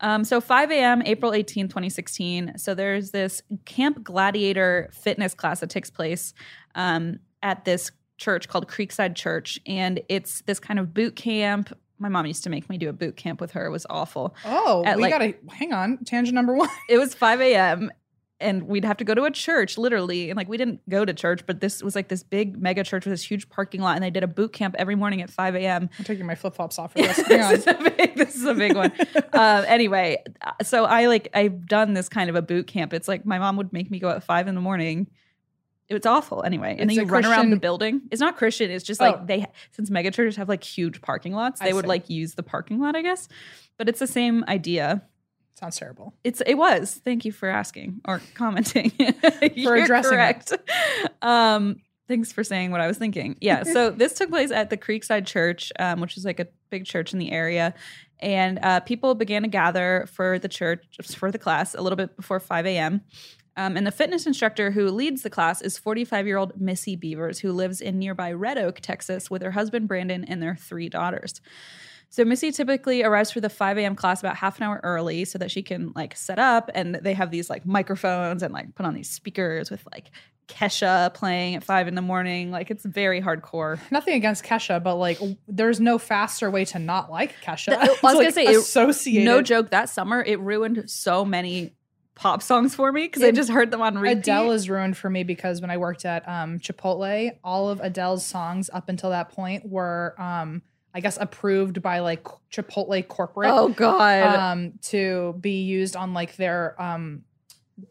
Speaker 1: Um, so 5 a.m., April 18, 2016. So there's this Camp Gladiator fitness class that takes place um, at this church called Creekside Church. And it's this kind of boot camp. My mom used to make me do a boot camp with her. It was awful.
Speaker 2: Oh,
Speaker 1: At,
Speaker 2: we
Speaker 1: like-
Speaker 2: gotta hang on. Tangent number one.
Speaker 1: it was 5 a.m. and we'd have to go to a church literally and like we didn't go to church but this was like this big mega church with this huge parking lot and they did a boot camp every morning at 5 a.m
Speaker 2: I'm taking my flip flops
Speaker 1: <laughs>
Speaker 2: off for this. Hang
Speaker 1: this,
Speaker 2: on.
Speaker 1: is a big, this is a big one um, anyway so i like i've done this kind of a boot camp it's like my mom would make me go at 5 in the morning it's awful anyway and
Speaker 2: It's
Speaker 1: then
Speaker 2: a
Speaker 1: you run around the
Speaker 2: Christian-
Speaker 1: building it's not christian it's just
Speaker 2: Oh.
Speaker 1: like they since mega churches have like huge parking lots
Speaker 2: I
Speaker 1: they would
Speaker 2: see.
Speaker 1: like use the parking lot i guess but it's the same idea
Speaker 2: Sounds terrible.
Speaker 1: it's it was. Thank you for asking or commenting. <laughs> You're
Speaker 2: addressing it.
Speaker 1: correct. Um, thanks for saying what I was thinking.
Speaker 2: <laughs>
Speaker 1: Yeah. So this took place at the Creekside Church, um, which is like a big church in the area, and uh, people began to gather for the church for the class a little bit before five a.m. Um, and the fitness instructor who leads the class is 45 year old Missy Beavers, who lives in nearby Red Oak, Texas, with her husband Brandon and their three daughters. So Missy typically arrives for the 5 a.m. class about half an hour early so that she can like set up and they have these like microphones and like put on these speakers with like Kesha playing at five in the morning. Like it's very hardcore.
Speaker 2: Nothing against Kesha, but like w- there's no faster way to not like Kesha.
Speaker 1: Th- I was
Speaker 2: <laughs> It's,
Speaker 1: gonna
Speaker 2: like,
Speaker 1: say, it-
Speaker 2: associated.
Speaker 1: No joke, that summer it ruined so many pop songs for me because I
Speaker 2: It-
Speaker 1: just heard them on repeat.
Speaker 2: Adele is ruined for me because when I worked at um, Chipotle, all of Adele's songs up until that point were, um, I guess, approved by like Chipotle corporate
Speaker 1: Oh God.
Speaker 2: um, to be used on like their um,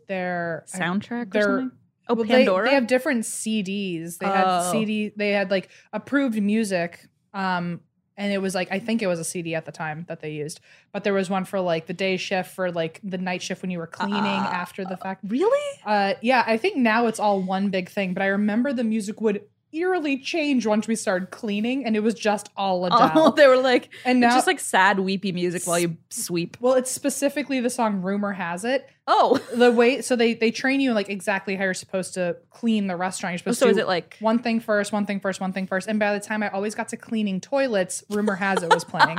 Speaker 2: their I-
Speaker 1: Soundtrack or
Speaker 2: they're-
Speaker 1: something? Oh,
Speaker 2: well, they,
Speaker 1: Pandora.
Speaker 2: they have different CDs. They
Speaker 1: Oh.
Speaker 2: had CD. They had like approved music. Um, and it was like I think it was a CD at the time that they used, but there was one for like the day shift, for like the night shift when you were cleaning
Speaker 1: Ah.
Speaker 2: after the fact.
Speaker 1: really?
Speaker 2: Uh, yeah, I think now it's all one big thing, but I remember the music would eerily change once we started cleaning, and it was just all Adele.
Speaker 1: <laughs> <laughs> Oh, they were like
Speaker 2: and
Speaker 1: it's
Speaker 2: now,
Speaker 1: just like sad, weepy music while you sweep.
Speaker 2: well, it's specifically the song "Rumor Has It."
Speaker 1: Oh, <laughs>
Speaker 2: The way so they they train you like exactly how you're supposed to clean the restaurant. You're supposed
Speaker 1: Oh, so
Speaker 2: to
Speaker 1: is it like
Speaker 2: one thing first, one thing first, one thing first. And by the time I always got to cleaning toilets, "Rumor Has It" was playing.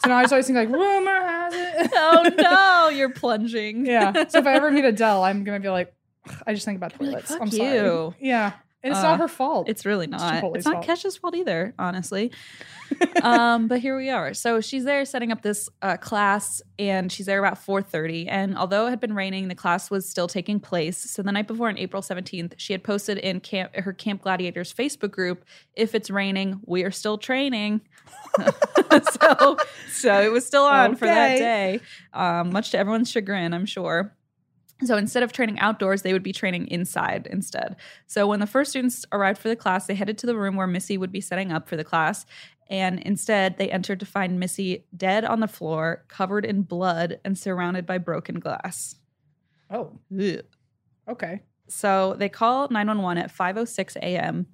Speaker 2: so now I was always thinking like "Rumor Has It." <laughs>
Speaker 1: oh no, you're plunging.
Speaker 2: yeah. So if I ever meet Adele, I'm gonna be like, I just think about
Speaker 1: You're like,
Speaker 2: toilets.
Speaker 1: "Fuck
Speaker 2: I'm
Speaker 1: you."
Speaker 2: sorry. Yeah. And it's
Speaker 1: Uh,
Speaker 2: not her fault.
Speaker 1: It's really not. It's,
Speaker 2: Chipotle's
Speaker 1: not
Speaker 2: fault.
Speaker 1: Kesha's fault either,
Speaker 2: <laughs>
Speaker 1: honestly. um, but here we are. So she's there setting up this uh, class, and she's there about 4:30. And although it had been raining, the class was still taking place. So the night before, on April 17th, she had posted in camp her Camp Gladiators Facebook group, "If it's raining, we are still training." <laughs> so, so it was still on for that
Speaker 2: Okay.
Speaker 1: day, um, much to everyone's chagrin, I'm sure. So instead of training outdoors, they would be training inside instead. So when the first students arrived for the class, they headed to the room where Missy would be setting up for the class. And instead, they entered to find Missy dead on the floor, covered in blood and surrounded by broken glass.
Speaker 2: oh.
Speaker 1: Ugh.
Speaker 2: Okay.
Speaker 1: So they call 911 at 5:06 a.m.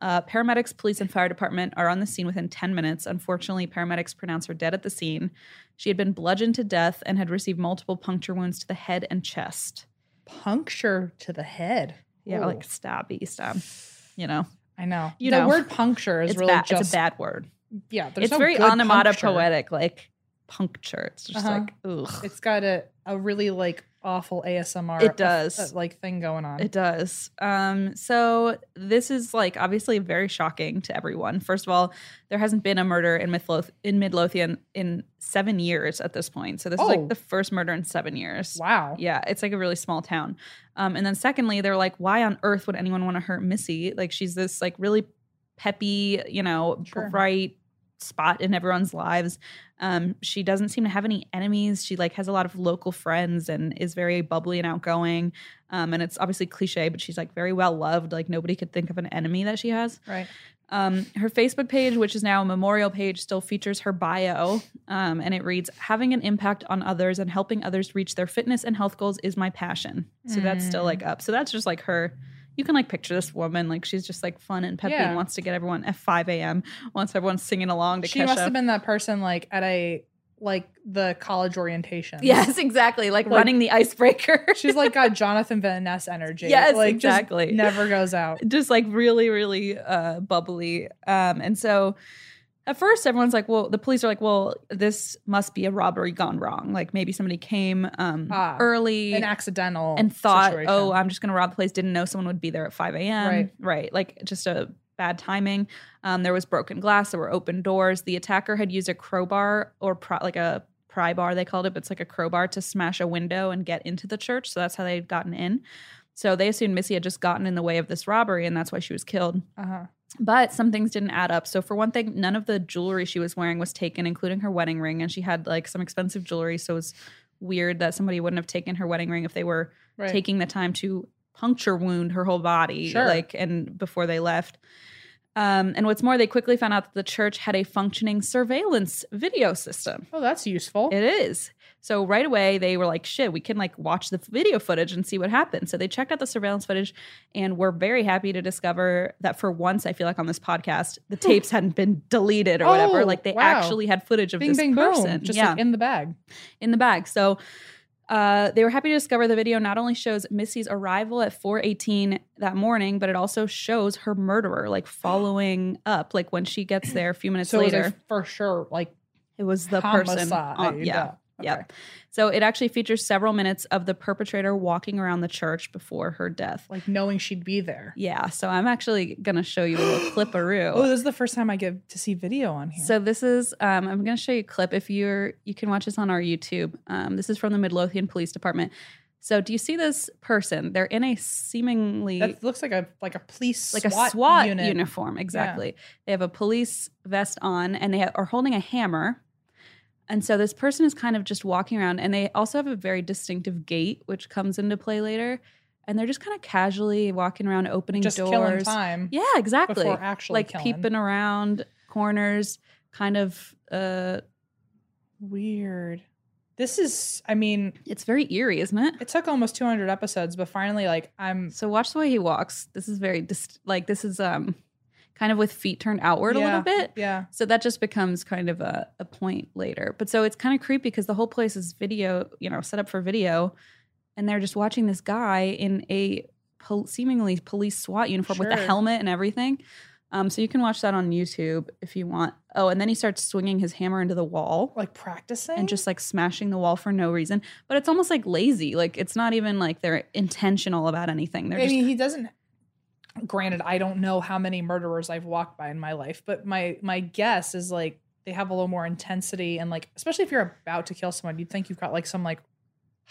Speaker 1: Uh, paramedics, police, and fire department are on the scene within 10 minutes. Unfortunately, paramedics pronounce her dead at the scene. She had been bludgeoned to death and had received multiple puncture wounds to the head and chest.
Speaker 2: Puncture to the head.
Speaker 1: Yeah,
Speaker 2: Ooh.
Speaker 1: like stabby stab. um, You know,
Speaker 2: I know.
Speaker 1: you
Speaker 2: the
Speaker 1: know.
Speaker 2: word puncture is
Speaker 1: it's
Speaker 2: really
Speaker 1: bad.
Speaker 2: just
Speaker 1: it's a bad word.
Speaker 2: yeah. There's
Speaker 1: it's
Speaker 2: no
Speaker 1: very
Speaker 2: good puncture.
Speaker 1: onomatopoetic, like puncture. It's just
Speaker 2: Uh-huh.
Speaker 1: like ugh.
Speaker 2: It's got a a really like awful ASMR.
Speaker 1: It does.
Speaker 2: uh, like thing going on.
Speaker 1: It does. Um, so this is like obviously very shocking to everyone. First of all, there hasn't been a murder in Midloth- in Midlothian in seven years at this point. So this is
Speaker 2: Oh.
Speaker 1: like the first murder in seven years.
Speaker 2: wow.
Speaker 1: Yeah, it's like a really small town. Um, and then secondly, they're like, why on earth would anyone want to hurt Missy? Like she's this like really peppy, you know,
Speaker 2: Sure.
Speaker 1: bright spot in everyone's lives. Um, she doesn't seem to have any enemies. She like has a lot of local friends and is very bubbly and outgoing. Um, and it's obviously cliche, but she's like very well loved. Like nobody could think of an enemy that she has.
Speaker 2: Right.
Speaker 1: Um, her Facebook page, which is now a memorial page, still features her bio, um, and it reads, "Having an impact on others and helping others reach their fitness and health goals is my passion." So that's still
Speaker 2: Mm.
Speaker 1: like up. So that's just like her. You can like picture this woman, like she's just like fun and peppy
Speaker 2: Yeah.
Speaker 1: and wants to get everyone at 5 a.m. Wants everyone singing along to
Speaker 2: She
Speaker 1: catch
Speaker 2: must
Speaker 1: up.
Speaker 2: have been that person like at a like the college orientation.
Speaker 1: yes, exactly. Like,
Speaker 2: Like-
Speaker 1: running the icebreaker. <laughs>
Speaker 2: She's like got Jonathan Van Ness energy.
Speaker 1: Yes,
Speaker 2: like, just
Speaker 1: exactly.
Speaker 2: never goes out.
Speaker 1: just like really really uh bubbly um and so at first everyone's like well the police are like well this must be a robbery gone wrong like maybe somebody came um
Speaker 2: Ah,
Speaker 1: early
Speaker 2: An accidental
Speaker 1: and thought
Speaker 2: situation.
Speaker 1: oh i'm just gonna rob the place didn't know someone would be there at 5 a.m
Speaker 2: Right.
Speaker 1: right like just a bad timing um there was broken glass there were open doors the attacker had used a crowbar or pro- like a pry bar they called it but it's like a crowbar to smash a window and get into the church so that's how they'd gotten in so they assumed missy had just gotten in the way of this robbery and that's why she was killed
Speaker 2: uh-huh.
Speaker 1: but some things didn't add up. So for one thing, none of the jewelry she was wearing was taken, including her wedding ring, and she had like some expensive jewelry. So it was weird that somebody wouldn't have taken her wedding ring if they were
Speaker 2: right.
Speaker 1: taking the time to puncture wound her whole body,
Speaker 2: Sure.
Speaker 1: like and before they left. Um, and what's more, they quickly found out that the church had a functioning surveillance video system.
Speaker 2: oh, that's useful.
Speaker 1: It is. So right away they were like, shit, we can like watch the video footage and see what happened. So they checked out the surveillance footage and were very happy to discover that for once I feel like on this podcast, the tapes hadn't been deleted or whatever.
Speaker 2: Hmm. Oh,
Speaker 1: Like they
Speaker 2: wow.
Speaker 1: actually had footage of
Speaker 2: bing,
Speaker 1: this
Speaker 2: bing,
Speaker 1: person.
Speaker 2: boom. Just
Speaker 1: yeah
Speaker 2: like in the bag.
Speaker 1: in the bag. So uh, they were happy to discover the video not only shows Missy's arrival at 4:18 that morning, but it also shows her murderer <gasps> like following up, like when she gets there a few minutes
Speaker 2: so
Speaker 1: later.
Speaker 2: it was a for sure like
Speaker 1: it was the person,
Speaker 2: homicide.
Speaker 1: on- yeah,
Speaker 2: yeah.
Speaker 1: Yep. So it actually features several minutes of the perpetrator walking around the church before her death.
Speaker 2: Like knowing she'd be there.
Speaker 1: Yeah. So I'm actually gonna show you a <gasps> little cliparoo.
Speaker 2: Oh, this is the first time I get to see video on here.
Speaker 1: So this is um, I'm going to show you a clip. If you're you can watch this on our YouTube. Um, this is from the Midlothian Police Department. So do you see this person? They're in a seemingly
Speaker 2: that looks like a like a police
Speaker 1: like a SWAT,
Speaker 2: unit.
Speaker 1: uniform. Exactly. They have a police vest on and they ha- are holding a hammer. And so this person is kind of just walking around and they also have a very distinctive gait, which comes into play later. And they're just kind of casually walking around, opening
Speaker 2: just killing
Speaker 1: doors.
Speaker 2: time
Speaker 1: Yeah, exactly.
Speaker 2: before actually
Speaker 1: like
Speaker 2: killing.
Speaker 1: peeping around corners, kind of. uh
Speaker 2: Weird. This is. I mean,
Speaker 1: It's very eerie, isn't it?
Speaker 2: it took almost 200 episodes, but finally, like, I'm
Speaker 1: So watch the way he walks. This is very dis- like this is um kind of with feet turned outward a
Speaker 2: Yeah.
Speaker 1: little bit.
Speaker 2: yeah.
Speaker 1: So that just becomes kind of a, a point later. But so it's kind of creepy because the whole place is video, you know, set up for video, and they're just watching this guy in a pol- seemingly police SWAT uniform with a
Speaker 2: Sure.
Speaker 1: helmet and everything. Um, so you can watch that on YouTube if you want. Oh, and then he starts swinging his hammer into the wall
Speaker 2: Like practicing
Speaker 1: and just like smashing the wall for no reason. But it's almost like lazy. Like it's not even like they're intentional about anything. They're
Speaker 2: I
Speaker 1: just
Speaker 2: mean, he doesn't. Granted, I don't know how many murderers I've walked by in my life, but my my guess is like they have a little more intensity and like, especially if you're about to kill someone, you'd think you've got like some like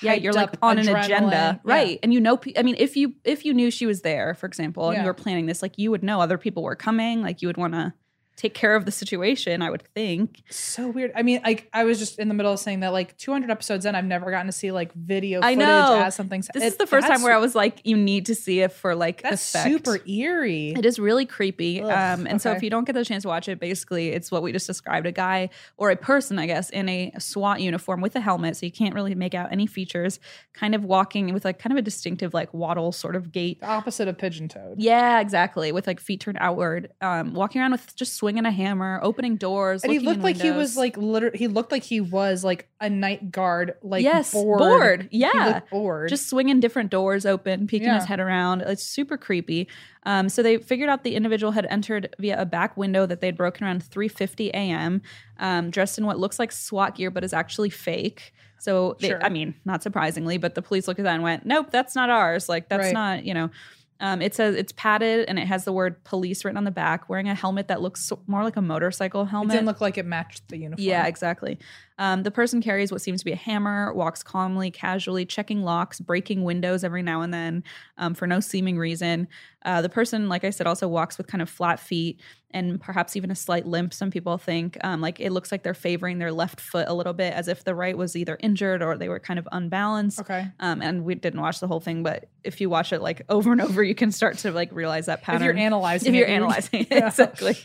Speaker 1: yeah you're
Speaker 2: hyped
Speaker 1: like
Speaker 2: up
Speaker 1: on an
Speaker 2: adrenaline.
Speaker 1: agenda
Speaker 2: Yeah.
Speaker 1: right and you know pe- i mean if you if you knew she was there for example and
Speaker 2: Yeah.
Speaker 1: you were planning this like you would know other people were coming like you would want to take care of the situation, I would think.
Speaker 2: So weird. I mean, like I was just in the middle of saying that like 200 episodes in, I've never gotten to see like video
Speaker 1: I
Speaker 2: footage
Speaker 1: know.
Speaker 2: as something's.
Speaker 1: This
Speaker 2: is
Speaker 1: is the first time where I was like, you need to see it for like
Speaker 2: That's
Speaker 1: effect.
Speaker 2: super eerie.
Speaker 1: It is really creepy.
Speaker 2: Ugh,
Speaker 1: um, and so,
Speaker 2: okay.
Speaker 1: if you don't get the chance to watch it, basically, it's what we just described a guy or a person, I guess, in a SWAT uniform with a helmet. So you can't really make out any features, kind of walking with like kind of a distinctive, like waddle sort of gait.
Speaker 2: The opposite of pigeon toad.
Speaker 1: Yeah, exactly. With like feet turned outward, um, walking around with just swinging a hammer, opening doors.
Speaker 2: And he
Speaker 1: looking in
Speaker 2: looked like he was
Speaker 1: windows.
Speaker 2: like literally. He looked like he was like a night guard. Like
Speaker 1: yes,
Speaker 2: bored.
Speaker 1: Yeah.
Speaker 2: He looked bored.
Speaker 1: just swinging different doors open, peeking his
Speaker 2: Yeah.
Speaker 1: head around. It's super creepy. Um, so they figured out the individual had entered via a back window that they'd broken around 3:50 a.m. Um, dressed in what looks like SWAT gear, but is actually fake. So they,
Speaker 2: Sure.
Speaker 1: I mean, not surprisingly, but the police looked at that and went, "Nope, that's not ours. Like that's
Speaker 2: Right.
Speaker 1: not you know." Um, it says it's padded and it has the word police written on the back, wearing a helmet that looks so- more like a motorcycle
Speaker 2: it
Speaker 1: helmet.
Speaker 2: didn't look like it matched the uniform.
Speaker 1: Yeah, exactly. Um, the person carries what seems to be a hammer, walks calmly, casually, checking locks, breaking windows every now and then um, for no seeming reason. Uh, the person, like I said, also walks with kind of flat feet and perhaps even a slight limp, some people think. Um, like it looks like they're favoring their left foot a little bit as if the right was either injured or they were kind of unbalanced.
Speaker 2: Okay.
Speaker 1: Um, and we didn't watch the whole thing, but if you watch it like <laughs> over and over, you can start to like realize that pattern
Speaker 2: If you're analyzing,
Speaker 1: if you're
Speaker 2: it,
Speaker 1: analyzing it,
Speaker 2: <laughs> Yeah.
Speaker 1: exactly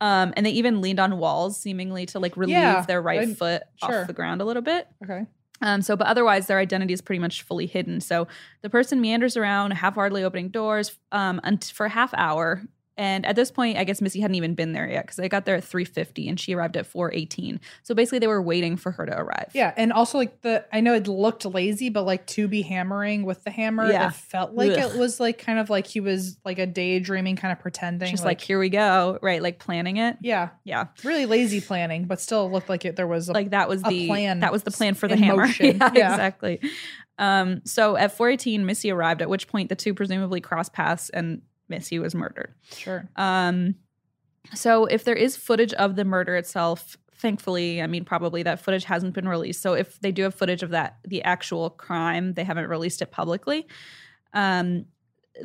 Speaker 1: um and they even leaned on walls seemingly to like relieve
Speaker 2: Yeah,
Speaker 1: their right
Speaker 2: and-
Speaker 1: foot
Speaker 2: sure.
Speaker 1: off the ground a little bit
Speaker 2: Okay.
Speaker 1: um so but otherwise their identity is pretty much fully hidden so the person meanders around half-heartedly opening doors um unt- for a half hour and at this point i guess missy hadn't even been there yet because they got there at 3.50 and she arrived at 4.18 so basically they were waiting for her to arrive
Speaker 2: Yeah, and also like the I know it looked lazy, but like to be hammering with the hammer,
Speaker 1: Yeah.
Speaker 2: it felt like
Speaker 1: Ugh.
Speaker 2: it was like kind of like he was like a daydreaming, kind of pretending.
Speaker 1: she's like, here we go right like planning it
Speaker 2: yeah,
Speaker 1: yeah
Speaker 2: really lazy planning, but still looked like it. There was a,
Speaker 1: like that was
Speaker 2: a
Speaker 1: the
Speaker 2: plan
Speaker 1: that was the plan for the
Speaker 2: in
Speaker 1: hammer. <laughs>
Speaker 2: motion.
Speaker 1: Yeah,
Speaker 2: Yeah.
Speaker 1: exactly. Um, so at 418, Missy arrived, at which point the two presumably crossed paths and Missy was murdered. <sighs>
Speaker 2: sure.
Speaker 1: Um, so if there is footage of the murder itself, thankfully, I mean, probably that footage hasn't been released. So if they do have footage of that, the actual crime, they haven't released it publicly. Um,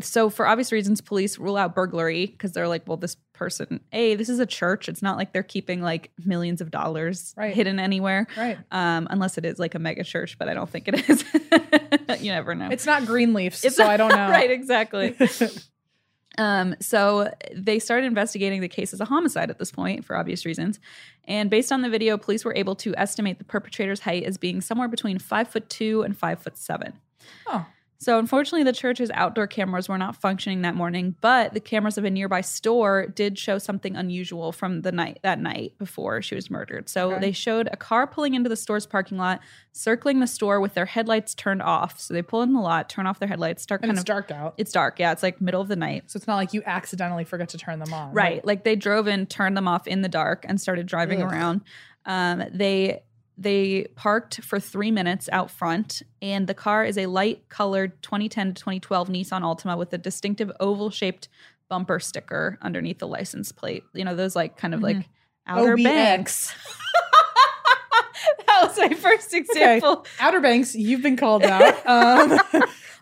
Speaker 1: so for obvious reasons, police rule out burglary because they're like, well, this person, a, this is a church. It's not like they're keeping like millions of dollars
Speaker 2: Right.
Speaker 1: hidden anywhere
Speaker 2: Right.
Speaker 1: um, unless it is like a mega church, but I don't think it is. <laughs> you never know.
Speaker 2: It's not green leaves,
Speaker 1: It's
Speaker 2: so
Speaker 1: <laughs>
Speaker 2: I don't know.
Speaker 1: right, exactly. <laughs> um, so they started investigating the case as a homicide at this point for obvious reasons. And based on the video, police were able to estimate the perpetrator's height as being somewhere between five foot two and five foot seven.
Speaker 2: Oh.
Speaker 1: So unfortunately, the church's outdoor cameras were not functioning that morning, but the cameras of a nearby store did show something unusual from the night that night before she was murdered. So
Speaker 2: Okay.
Speaker 1: they showed a car pulling into the store's parking lot, circling the store with their headlights turned off. So they pull in the lot, turn off their headlights, start
Speaker 2: And
Speaker 1: kind
Speaker 2: it's
Speaker 1: of.
Speaker 2: dark out,
Speaker 1: It's dark. Yeah, it's like middle of the night.
Speaker 2: so it's not like you accidentally forget to turn them on.
Speaker 1: Right. Like they drove in, turned them off in the dark, and started driving
Speaker 2: Ugh.
Speaker 1: around. Um, they they parked for three minutes out front, and the car is a light colored 2010 to 2012 Nissan Altima with a distinctive oval shaped bumper sticker underneath the license plate. You know those like kind of
Speaker 2: Mhm.
Speaker 1: like outer
Speaker 2: OBX.
Speaker 1: banks. <laughs> that was my first example.
Speaker 2: Outer Banks, you've been
Speaker 1: <laughs>
Speaker 2: called out. Um,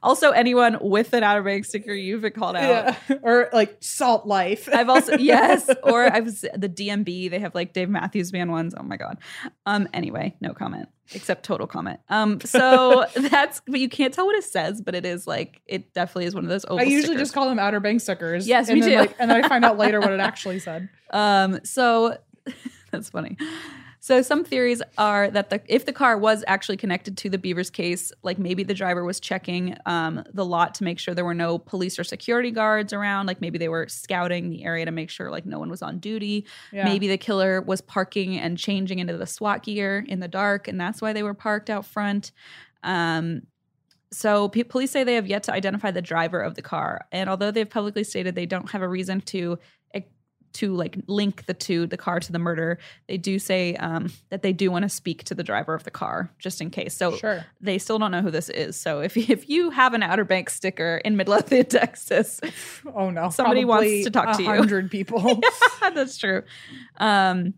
Speaker 1: Also, anyone with an outer bank sticker, you've been called out.
Speaker 2: <laughs> yeah. Or like Salt Life.
Speaker 1: I've also yes, or I was the DMB. They have like Dave Matthews Band ones. Oh my god. Um. Anyway, no comment except total comment. Um. So <laughs> that's but you can't tell what it says, but it is like it definitely is one of those. Oval
Speaker 2: <laughs> I usually
Speaker 1: stickers.
Speaker 2: just call them Outer Banks stickers.
Speaker 1: Yes,
Speaker 2: and
Speaker 1: me
Speaker 2: then,
Speaker 1: too.
Speaker 2: Like, and then I find out later what
Speaker 1: <laughs>
Speaker 2: it actually said.
Speaker 1: Um, so <laughs> that's funny. So some theories are that the if the car was actually connected to the Beavers case, like maybe the driver was checking um, the lot to make sure there were no police or security guards around, like maybe they were scouting the area to make sure like no one was on duty.
Speaker 2: Yeah.
Speaker 1: Maybe the killer was parking and changing into the SWAT gear in the dark, and that's why they were parked out front. Um, so pe- police say they have yet to identify the driver of the car, and although they've publicly stated they don't have a reason to eh, to like link the two the car to the murder they do say um, that they do want to speak to the driver of the car just in case so
Speaker 2: Sure.
Speaker 1: they still don't know who this is so if, if you have an outer bank sticker in midlothian <laughs> texas
Speaker 2: Oh no!
Speaker 1: Somebody wants to talk to you. <laughs>
Speaker 2: Hundred people.
Speaker 1: that's true um,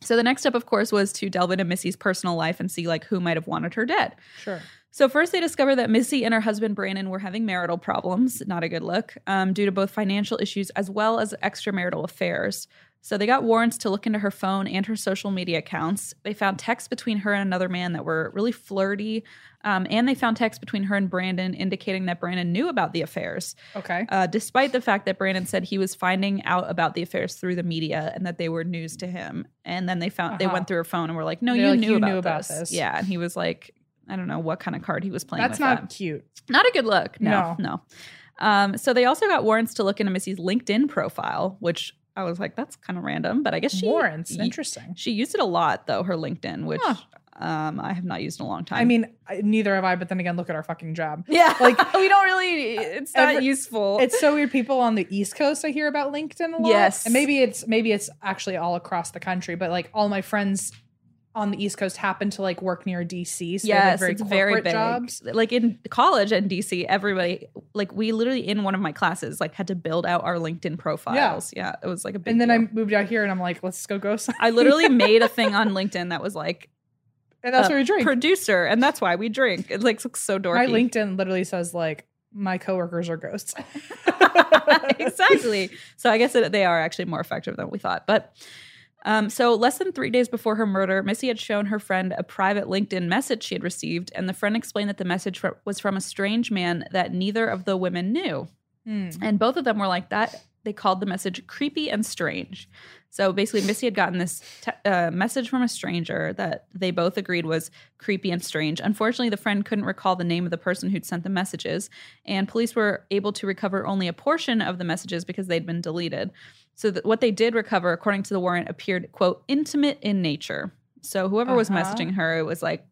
Speaker 1: so the next step of course was to delve into missy's personal life and see like who might have wanted her dead
Speaker 2: sure.
Speaker 1: So first, they discover that Missy and her husband Brandon were having marital problems. Not a good look, um, due to both financial issues as well as extramarital affairs. So they got warrants to look into her phone and her social media accounts. They found texts between her and another man that were really flirty. Um, and they found texts between her and Brandon indicating that Brandon knew about the affairs,
Speaker 2: Okay.
Speaker 1: uh, despite the fact that Brandon said he was finding out about the affairs through the media and that they were news to him. And then they found they
Speaker 2: Uh-huh.
Speaker 1: went through her phone and were like, "No,
Speaker 2: They're
Speaker 1: you
Speaker 2: like,
Speaker 1: knew
Speaker 2: "You
Speaker 1: about,
Speaker 2: knew about
Speaker 1: this.
Speaker 2: this.
Speaker 1: Yeah, and he was like, "I don't know what kind of card he was playing."
Speaker 2: That's
Speaker 1: with
Speaker 2: not
Speaker 1: that.
Speaker 2: cute.
Speaker 1: Not a good look. No, no. Um, so they also got warrants to look into Missy's LinkedIn profile, which I was like, that's kind of random, but I guess she
Speaker 2: Warrants.
Speaker 1: ye-
Speaker 2: Interesting.
Speaker 1: she used it a lot though. Her LinkedIn, which
Speaker 2: Huh.
Speaker 1: um, I have not used in a long time.
Speaker 2: I mean, I- neither have I, but then again, look at our fucking job.
Speaker 1: yeah,
Speaker 2: like,
Speaker 1: <laughs> we don't really. It's not
Speaker 2: every-
Speaker 1: useful.
Speaker 2: It's so weird. People on the East Coast, I hear about LinkedIn a lot.
Speaker 1: Yes.
Speaker 2: and maybe it's maybe it's actually all across the country. But like all my friends on the East Coast happen to like work near DC. So they have
Speaker 1: yes,
Speaker 2: very
Speaker 1: it's
Speaker 2: corporate
Speaker 1: very big.
Speaker 2: jobs.
Speaker 1: Like in college and DC, everybody like we literally in one of my classes like had to build out our LinkedIn profiles. Yeah, it was like a big.
Speaker 2: And then
Speaker 1: deal.
Speaker 2: I moved out here, and I'm like, let's go go. some-
Speaker 1: I
Speaker 2: <laughs>
Speaker 1: literally made a thing on LinkedIn that was like
Speaker 2: And
Speaker 1: uh,
Speaker 2: that's what we <laughs> drink.
Speaker 1: producer, and that's why we drink. It like looks so dorky.
Speaker 2: My LinkedIn literally says like my coworkers
Speaker 1: <laughs>
Speaker 2: are ghosts.
Speaker 1: exactly. So I guess that they are actually more effective than we thought. But um, so less than three days before her murder, Missy had shown her friend a private LinkedIn message she had received, and the friend explained that the message fr- was from a strange man that neither of the women knew,
Speaker 2: Hmm.
Speaker 1: and both of them were like that. They called the message creepy and strange. So basically, Missy had gotten this te- uh, message from a stranger that they both agreed was creepy and strange. Unfortunately, the friend couldn't recall the name of the person who'd sent the messages, and police were able to recover only a portion of the messages because they'd been deleted. So that what they did recover, according to the warrant, appeared quote intimate in nature. So whoever was
Speaker 2: Uh-huh.
Speaker 1: messaging her, it was like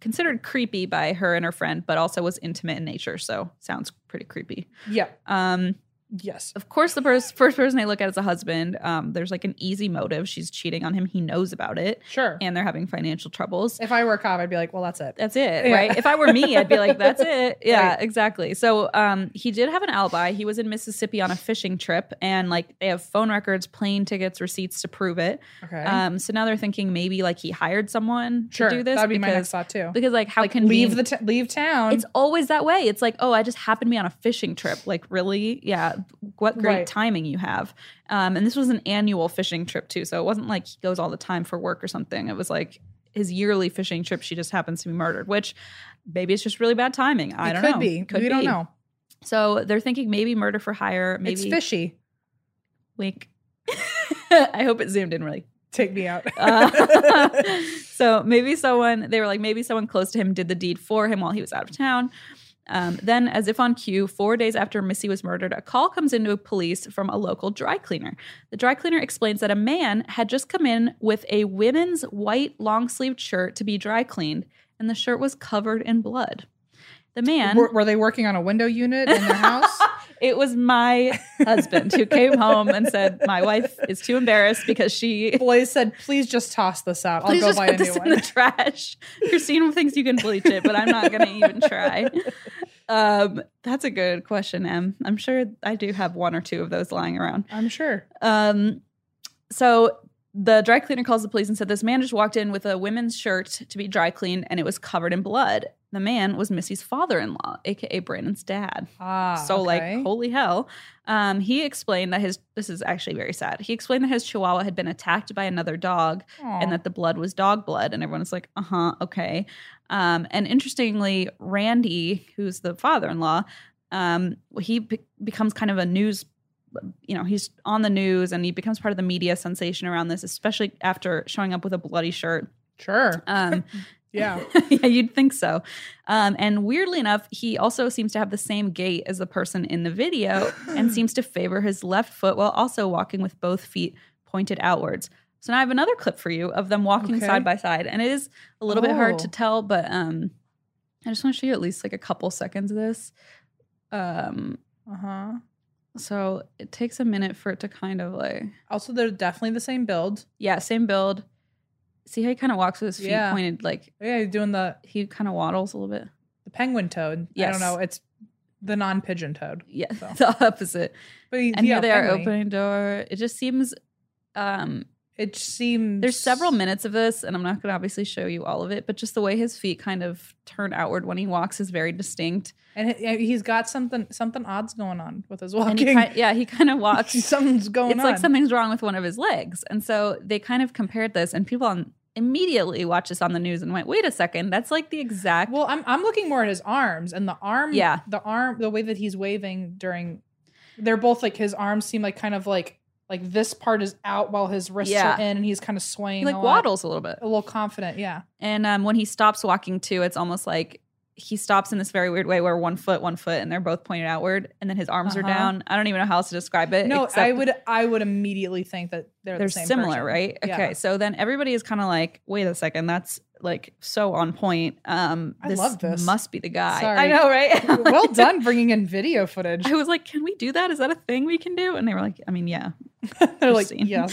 Speaker 1: considered creepy by her and her friend, but also was intimate in nature. So sounds pretty creepy.
Speaker 2: Yeah.
Speaker 1: Um,
Speaker 2: Yes.
Speaker 1: of course, the pers- first person they look at is a husband. Um, there's like an easy motive. She's cheating on him. He knows about it,
Speaker 2: Sure.
Speaker 1: and they're having financial troubles.
Speaker 2: if I were a cop, I'd be like, well, that's it.
Speaker 1: That's it,
Speaker 2: Yeah.
Speaker 1: right? If I were me, I'd be like, that's
Speaker 2: <laughs>
Speaker 1: it. Yeah,
Speaker 2: Right.
Speaker 1: exactly. So um, he did have an alibi. He was in Mississippi on a fishing trip, and like they have phone records, plane tickets, receipts to prove it.
Speaker 2: Okay.
Speaker 1: Um, so now they're thinking maybe like he hired someone
Speaker 2: sure.
Speaker 1: to do this
Speaker 2: That'd be my next
Speaker 1: because,
Speaker 2: thought too.
Speaker 1: because like how can
Speaker 2: leave the t- leave town.
Speaker 1: it's always that way. It's like, oh, I just happened to be on a fishing trip. Like, really? Yeah. What great
Speaker 2: Right.
Speaker 1: timing you have. Um, and this was an annual fishing trip, too. So it wasn't like he goes all the time for work or something. It was like his yearly fishing trip. She just happens to be murdered, which maybe it's just really bad timing. I
Speaker 2: it
Speaker 1: don't
Speaker 2: could
Speaker 1: know.
Speaker 2: be. we don't know.
Speaker 1: So they're thinking maybe murder for hire, maybe
Speaker 2: It's fishy.
Speaker 1: wink. <laughs> I hope it zoomed in really
Speaker 2: Take me out.
Speaker 1: uh, <laughs> so maybe someone they were like maybe someone close to him did the deed for him while he was out of town um, then as if on cue four days after missy was murdered a call comes into police from a local dry cleaner the dry cleaner explains that a man had just come in with a women's white long-sleeved shirt to be dry cleaned and the shirt was covered in blood the man
Speaker 2: were, were they working on a window unit in
Speaker 1: <laughs>
Speaker 2: their house?
Speaker 1: it was my husband who came home and said my wife is too embarrassed because she
Speaker 2: Blaze said, "Please just toss this out.
Speaker 1: Please
Speaker 2: I'll go
Speaker 1: just
Speaker 2: buy
Speaker 1: put
Speaker 2: a new
Speaker 1: this
Speaker 2: one."
Speaker 1: in
Speaker 2: <laughs>
Speaker 1: the trash. <laughs> Christine thinks you can bleach it, but I'm not going to even
Speaker 2: <laughs>
Speaker 1: try. Um, that's a good question, Em. I'm sure I do have one or two of those lying around.
Speaker 2: I'm sure.
Speaker 1: Um, so the dry cleaner calls the police and said this man just walked in with a women's shirt to be dry cleaned, and it was covered in blood. The man was Missy's father-in-law, aka Brandon's dad
Speaker 2: Ah,
Speaker 1: so
Speaker 2: okay.
Speaker 1: like holy hell um he explained that his this is actually very sad he explained that his chihuahua had been attacked by another dog
Speaker 2: Aw.
Speaker 1: and that the blood was dog blood and everyone's like uh-huh okay um and interestingly randy who's the father-in-law um he be- becomes kind of a news you know he's on the news and he becomes part of the media sensation around this especially after showing up with a bloody shirt
Speaker 2: sure,
Speaker 1: um
Speaker 2: yeah.
Speaker 1: <laughs> yeah, you'd think so. Um, and weirdly enough, he also seems to have the same gait as the person in the video and
Speaker 2: <gasps>
Speaker 1: seems to favor his left foot while also walking with both feet pointed outwards. So now I have another clip for you of them walking
Speaker 2: Okay.
Speaker 1: side by side. And it is a little bit hard
Speaker 2: Oh.
Speaker 1: to tell, but um, I just want to show you at least like a couple seconds of this. Um,
Speaker 2: Uh huh.
Speaker 1: so it takes a minute for it to kind of like,
Speaker 2: Also, they're definitely the same build.
Speaker 1: yeah, same build. See how he kind of walks with his feet
Speaker 2: Yeah.
Speaker 1: pointed, like
Speaker 2: Oh, Yeah, you're doing the
Speaker 1: he kind of waddles a little bit.
Speaker 2: the penguin toad. I
Speaker 1: Yes.
Speaker 2: don't know. It's the non pigeon toad.
Speaker 1: Yeah,
Speaker 2: So.
Speaker 1: <laughs> the opposite.
Speaker 2: But he,
Speaker 1: and
Speaker 2: yeah,
Speaker 1: here they are
Speaker 2: penguin-y.
Speaker 1: opening door. It just seems um
Speaker 2: It seems
Speaker 1: There's several minutes of this, and I'm not going to obviously show you all of it, but just the way his feet kind of turn outward when he walks is very distinct.
Speaker 2: and he- he's got something something odd's going on with his
Speaker 1: And he
Speaker 2: walking.
Speaker 1: kind,
Speaker 2: <laughs>
Speaker 1: yeah, he kind of walks.
Speaker 2: Something's going
Speaker 1: it's
Speaker 2: on.
Speaker 1: like something's wrong with one of his legs. And so they kind of compared this, and people on, immediately watched this on the news and went, wait a second, that's like the exact.
Speaker 2: Well, I'm I'm looking more at his arms and the arm.
Speaker 1: Yeah.
Speaker 2: the arm, the way that he's waving during, they're both like his arms seem like kind of like like this part is out while his wrists
Speaker 1: Yeah.
Speaker 2: are in, and he's kind of swaying.
Speaker 1: he like
Speaker 2: a lot.
Speaker 1: waddles a little bit.
Speaker 2: a little confident. Yeah,
Speaker 1: And um, when he stops walking too, it's almost like he stops in this very weird way where one foot, one foot, and they're both pointed outward, and then his arms
Speaker 2: Uh-huh.
Speaker 1: are down. I don't even know how else to describe it.
Speaker 2: no, I
Speaker 1: Eh, except
Speaker 2: would I would immediately think that they're,
Speaker 1: They're
Speaker 2: the same
Speaker 1: similar,
Speaker 2: person.
Speaker 1: right?
Speaker 2: Yeah.
Speaker 1: Okay, so then everybody is kind of like, wait a second, that's like so on point. Um,
Speaker 2: I love this.
Speaker 1: Must be the guy.
Speaker 2: Sorry.
Speaker 1: I know, right? <laughs>
Speaker 2: <laughs> well done bringing in video footage.
Speaker 1: I was like, can we do that? Is that a thing we can do? And they were like, I mean, yeah.
Speaker 2: <laughs> They're like,
Speaker 1: Interesting.
Speaker 2: yeah,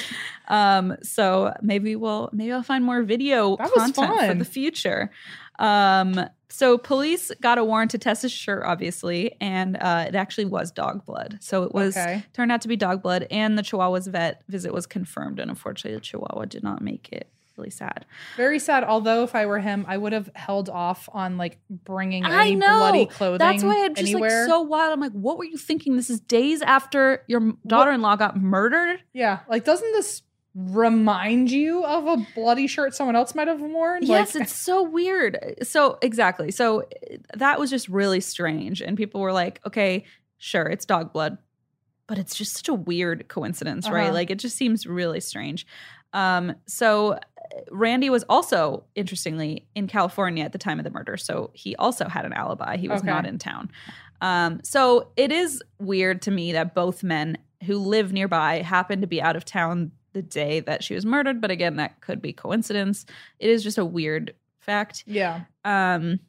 Speaker 1: Um, so maybe we'll maybe I'll find more video
Speaker 2: That was
Speaker 1: content for
Speaker 2: fun.
Speaker 1: the future. Um, so police got a warrant to test his shirt, obviously, and uh, it actually was dog blood. So it <laughs> was
Speaker 2: okay.
Speaker 1: turned out to be dog blood, and the Chihuahua's vet visit was confirmed, and unfortunately, the Chihuahua did not make it. Really sad.
Speaker 2: Very sad. Although if I were him, I would have held off on like bringing
Speaker 1: I
Speaker 2: any
Speaker 1: know.
Speaker 2: bloody clothing.
Speaker 1: That's why I'm just
Speaker 2: anywhere.
Speaker 1: like so wild. I'm like, what were you thinking? This is days after your daughter-in-law got murdered.
Speaker 2: Yeah, like doesn't this remind you of a bloody shirt someone else might have worn?
Speaker 1: Yes,
Speaker 2: like,
Speaker 1: it's so weird. So exactly. So uh, that was just really strange, and people were like, "Okay, sure, it's dog blood, but it's just such a weird coincidence, right?
Speaker 2: Uh-huh.
Speaker 1: Like it just seems really strange." Um, so uh, Randy was also, interestingly, in California at the time of the murder, so he also had an alibi. He was
Speaker 2: Okay.
Speaker 1: not in town. Um, so it is weird to me that both men who live nearby happened to be out of town the day that she was murdered. But again, that could be coincidence. It is just a weird fact.
Speaker 2: yeah.
Speaker 1: Um,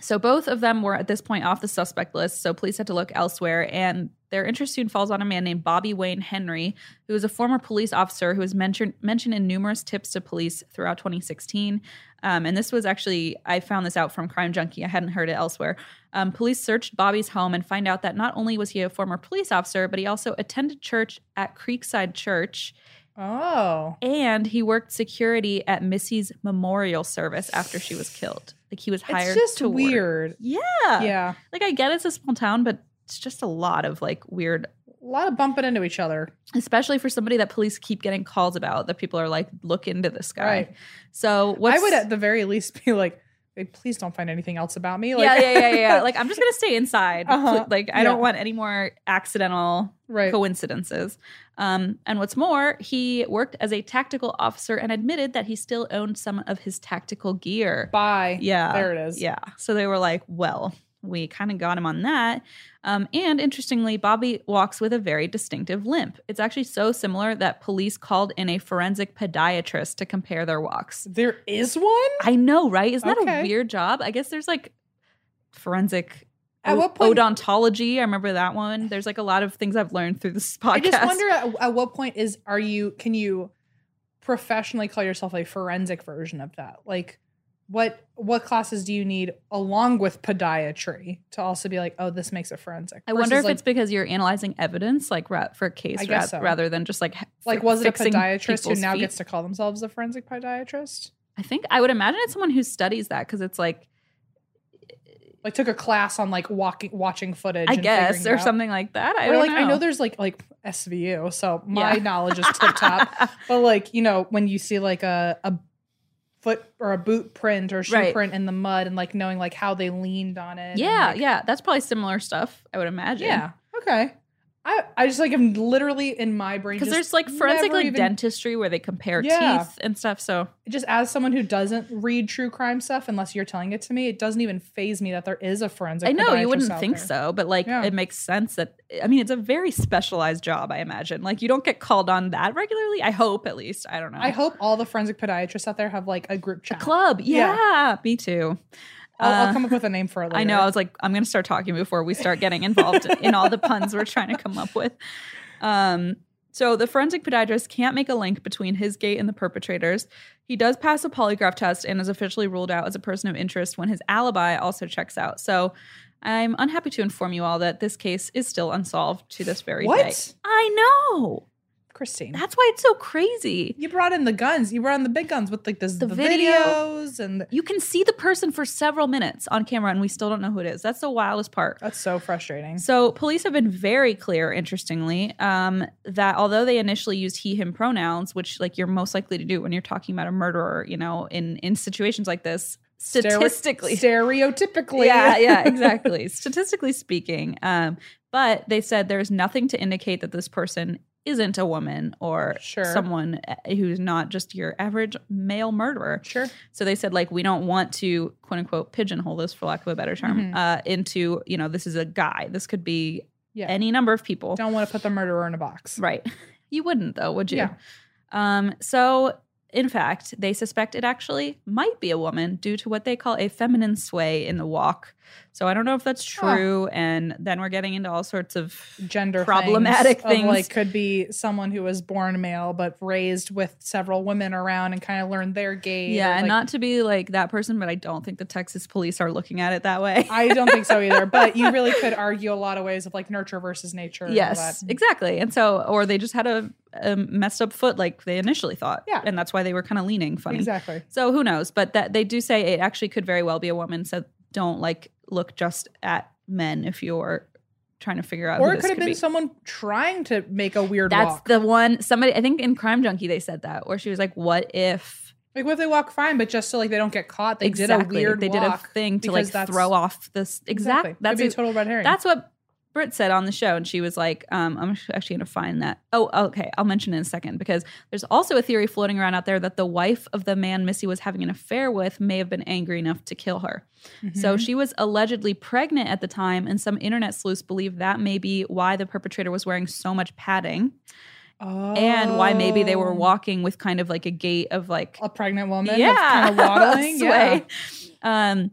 Speaker 1: so both of them were at this point off the suspect list. So police had to look elsewhere, and their interest soon falls on a man named Bobby Wayne Henry, who is a former police officer who was mentioned mentioned in numerous tips to police throughout 2016. Um, and this was actually I found this out from Crime Junkie. I hadn't heard it elsewhere. Um, police searched Bobby's home and find out that not only was he a former police officer, but he also attended church at Creekside Church,
Speaker 2: Oh,
Speaker 1: and he worked security at Missy's memorial service after she was killed. Like he was hired.
Speaker 2: it's just
Speaker 1: to work.
Speaker 2: weird.
Speaker 1: Yeah.
Speaker 2: Yeah,
Speaker 1: Like I get it's a small town, but it's just a lot of like weird,
Speaker 2: a lot of bumping into each other.
Speaker 1: especially for somebody that police keep getting calls about that people are like, look into this guy.
Speaker 2: Right.
Speaker 1: So what's
Speaker 2: I would uh, at the very least be like, "Hey, please don't find anything else about me. Like,
Speaker 1: yeah, yeah, yeah,
Speaker 2: <laughs>
Speaker 1: yeah. Like I'm just gonna stay inside.
Speaker 2: Uh-huh.
Speaker 1: Like I
Speaker 2: Yeah.
Speaker 1: don't want any more accidental
Speaker 2: right.
Speaker 1: coincidences. Um, and what's more, he worked as a tactical officer and admitted that he still owned some of his tactical gear.
Speaker 2: Bye.
Speaker 1: Yeah.
Speaker 2: There it is.
Speaker 1: Yeah. So they were like, well, we kind of got him on that. Um, and interestingly, Bobby walks with a very distinctive limp. It's actually so similar that police called in a forensic podiatrist to compare their walks.
Speaker 2: There is one.
Speaker 1: I know, right? Isn't that
Speaker 2: Okay.
Speaker 1: a weird job? I guess there's like forensic
Speaker 2: At
Speaker 1: o-
Speaker 2: what point?
Speaker 1: odontology. I remember that one. There's like a lot of things I've learned through this <laughs> podcast.
Speaker 2: I just wonder at, at what point is are you can you professionally call yourself a forensic version of that? Like what what classes do you need along with podiatry to also be like, oh, this makes it forensic?
Speaker 1: I wonder
Speaker 2: versus,
Speaker 1: if
Speaker 2: like,
Speaker 1: it's because you're analyzing evidence, like ra- for a case,
Speaker 2: I guess
Speaker 1: ra-
Speaker 2: so.
Speaker 1: rather than just like h-
Speaker 2: like
Speaker 1: fi-
Speaker 2: was it a
Speaker 1: fixing
Speaker 2: podiatrist who
Speaker 1: people's
Speaker 2: now
Speaker 1: feet?
Speaker 2: gets to call themselves a forensic podiatrist?
Speaker 1: I think I would imagine it's someone who studies that because it's like
Speaker 2: Like took a class on like walking watching footage,
Speaker 1: I
Speaker 2: and
Speaker 1: guess
Speaker 2: figuring it
Speaker 1: or
Speaker 2: out.
Speaker 1: something like that. I
Speaker 2: or
Speaker 1: don't
Speaker 2: like
Speaker 1: know.
Speaker 2: I know
Speaker 1: <laughs>
Speaker 2: there's like like SVU, so my
Speaker 1: Yeah. <laughs>
Speaker 2: knowledge is tip top. But like you know, when you see like a a foot or a boot print or shoe
Speaker 1: Right.
Speaker 2: print in the mud, and like knowing like how they leaned on it. and,
Speaker 1: yeah,
Speaker 2: like-
Speaker 1: yeah, that's probably similar stuff. I would imagine.
Speaker 2: yeah. Okay, I I just like I'm literally in my brain
Speaker 1: because
Speaker 2: because
Speaker 1: there's like forensic like
Speaker 2: even,
Speaker 1: dentistry where they compare
Speaker 2: Yeah.
Speaker 1: teeth and stuff. So
Speaker 2: Just as someone who doesn't read true crime stuff, unless you're telling it to me, it doesn't even phase me that there is a forensic.
Speaker 1: I know
Speaker 2: podiatrist
Speaker 1: you wouldn't
Speaker 2: out
Speaker 1: think
Speaker 2: there.
Speaker 1: so, but like
Speaker 2: Yeah.
Speaker 1: it makes sense that I mean it's a very specialized job. I imagine like you don't get called on that regularly. I hope at least. I don't know.
Speaker 2: I hope all the forensic podiatrists out there have like a group
Speaker 1: a
Speaker 2: chat.
Speaker 1: club. Yeah,
Speaker 2: Yeah.
Speaker 1: me too.
Speaker 2: I'll, I'll
Speaker 1: Uh,
Speaker 2: come up with a name for it.
Speaker 1: <laughs>
Speaker 2: Later.
Speaker 1: I know. I was like, I'm going to start talking before we start getting involved in all the puns we're trying to come up with. Um, so the forensic podiatrist can't make a link between his gait and the perpetrators. He does pass a polygraph test and is officially ruled out as a person of interest when his alibi also checks out. So I'm unhappy to inform you all that this case is still unsolved to this very day.
Speaker 2: what.
Speaker 1: I know.
Speaker 2: Christine.
Speaker 1: That's why it's so crazy.
Speaker 2: you brought in the guns. You brought in the big guns with like this,
Speaker 1: The
Speaker 2: the,
Speaker 1: video.
Speaker 2: videos and the,
Speaker 1: You can see the person for several minutes on camera and we still don't know who it is. That's the wildest part.
Speaker 2: that's so frustrating.
Speaker 1: So, police have been very clear, interestingly, um, that although they initially used he, him pronouns, which like you're most likely to do when you're talking about a murderer, you know, in in situations like this,
Speaker 2: Stere-
Speaker 1: statistically, <laughs>
Speaker 2: stereotypically,
Speaker 1: yeah,
Speaker 2: <laughs>
Speaker 1: yeah, exactly. Statistically speaking, um, but they said there's nothing to indicate that this person isn't a woman or
Speaker 2: Sure.
Speaker 1: someone uh, who's not just your average male murderer.
Speaker 2: Sure.
Speaker 1: So they said like we don't want to quote unquote pigeonhole this for lack of a better term
Speaker 2: Mhm.
Speaker 1: uh, into you know this is a guy. This could be
Speaker 2: Yeah.
Speaker 1: any number of people.
Speaker 2: Don't want to put the murderer in a box.
Speaker 1: <laughs> Right. You wouldn't though, would you?
Speaker 2: Yeah.
Speaker 1: Um, so in fact, they suspect it actually might be a woman due to what they call a feminine sway in the walk. So I don't know if that's
Speaker 2: Huh.
Speaker 1: true. And then we're getting into all sorts of
Speaker 2: Gender
Speaker 1: Problematic
Speaker 2: things, of,
Speaker 1: things.
Speaker 2: like could be someone who was born male but raised with several women around and kind of learned their game.
Speaker 1: yeah,
Speaker 2: or,
Speaker 1: and
Speaker 2: like,
Speaker 1: not to be like that person, but I don't think the Texas police are looking at it that way.
Speaker 2: <laughs> I don't think so either. But you really could argue a lot of ways of like nurture versus nature. and all
Speaker 1: yes,
Speaker 2: that.
Speaker 1: exactly. And so, or they just had a, a messed up foot, like they initially thought.
Speaker 2: Yeah.
Speaker 1: and that's why they were kind of leaning funny.
Speaker 2: exactly.
Speaker 1: So who knows? But that they do say it actually could very well be a woman. So don't like look just at men if you're trying to figure out. who
Speaker 2: Or it
Speaker 1: this
Speaker 2: could have been
Speaker 1: be.
Speaker 2: someone trying to make a weird
Speaker 1: That's
Speaker 2: walk.
Speaker 1: the one. Somebody I think in Crime Junkie they said that where she was like, "What if
Speaker 2: like what if they walk fine, but just so like they don't get caught, they did a
Speaker 1: exactly
Speaker 2: weird
Speaker 1: they did a
Speaker 2: walk
Speaker 1: thing to
Speaker 2: because
Speaker 1: like
Speaker 2: that's-
Speaker 1: throw off this exact?"
Speaker 2: Could
Speaker 1: That's
Speaker 2: be a
Speaker 1: ex-
Speaker 2: total red herring.
Speaker 1: that's what Britt said on the show, and she was like, um, "I'm actually going to find that." Oh, okay, I'll mention it in a second because there's also a theory floating around out there that the wife of the man Missy was having an affair with may have been angry enough to kill her. So
Speaker 2: Mhm.
Speaker 1: she was allegedly pregnant at the time, and some internet sleuths believe that may be why the perpetrator was wearing so much padding and why maybe they were
Speaker 2: Mm-hmm. Oh.
Speaker 1: walking with kind of like a gait of like
Speaker 2: a pregnant woman. that's
Speaker 1: yeah, <laughs>
Speaker 2: kind of waddling.
Speaker 1: this
Speaker 2: yeah.
Speaker 1: way. Um,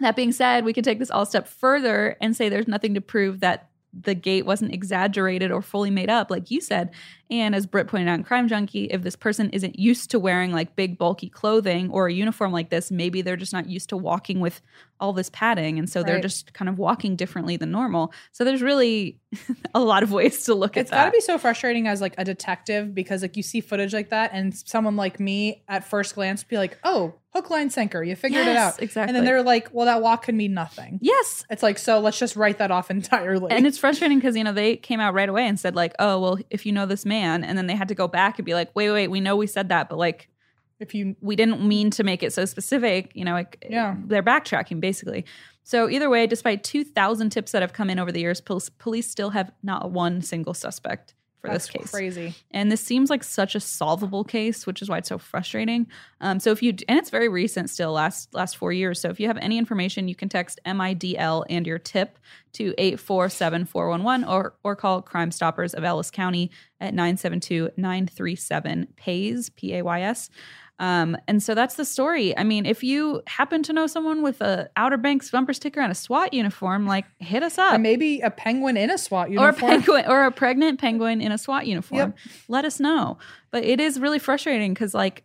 Speaker 1: that being said, we could take this all a step further and say there's nothing to prove that the gait wasn't exaggerated or fully made up, like you said. And as Britt pointed out in Crime Junkie, if this person isn't used to wearing like big, bulky clothing or a uniform like this, maybe they're just not used to walking with all this padding. And so they're
Speaker 2: Right.
Speaker 1: just kind of walking differently than normal. So there's really <laughs> a lot of ways to look
Speaker 2: It's
Speaker 1: at
Speaker 2: got
Speaker 1: that.
Speaker 2: to be so frustrating as like a detective because like you see footage like that and someone like me at first glance be like, "Oh, hook line sinker, you figured it
Speaker 1: Yes,
Speaker 2: out."
Speaker 1: Exactly.
Speaker 2: And then they're like, "Well, that walk could mean nothing."
Speaker 1: yes,
Speaker 2: It's like, "So let's just write that off <laughs> entirely."
Speaker 1: And it's frustrating because, you know, they came out right away and said, like, oh, well, if you know this man. And then they had to go back and be like, wait, wait, we know we said that, but like,
Speaker 2: if you
Speaker 1: we didn't mean to make it so specific. You know, like,
Speaker 2: Yeah.
Speaker 1: they're backtracking basically. So, either way, despite 2,000 tips that have come in over the years, pol- police still have not one single suspect for
Speaker 2: that's
Speaker 1: this case.
Speaker 2: crazy.
Speaker 1: And this seems like such a solvable case, which is why it's so frustrating. Um, so if you and it's very recent still, last last four years. So if you have any information, you can text MIDL and your tip to eight four seven four one one or or call Crime Stoppers of Ellis County at 972-937 PAYS, P-A-Y-S. Um, and so that's the story. I mean, if you happen to know someone with a Outer Banks bumper sticker and a SWAT uniform, like hit us up
Speaker 2: Or maybe a penguin in a SWAT
Speaker 1: or a
Speaker 2: uniform.
Speaker 1: penguin or a pregnant penguin in a SWAT uniform. Let us know. But it is really frustrating because, like,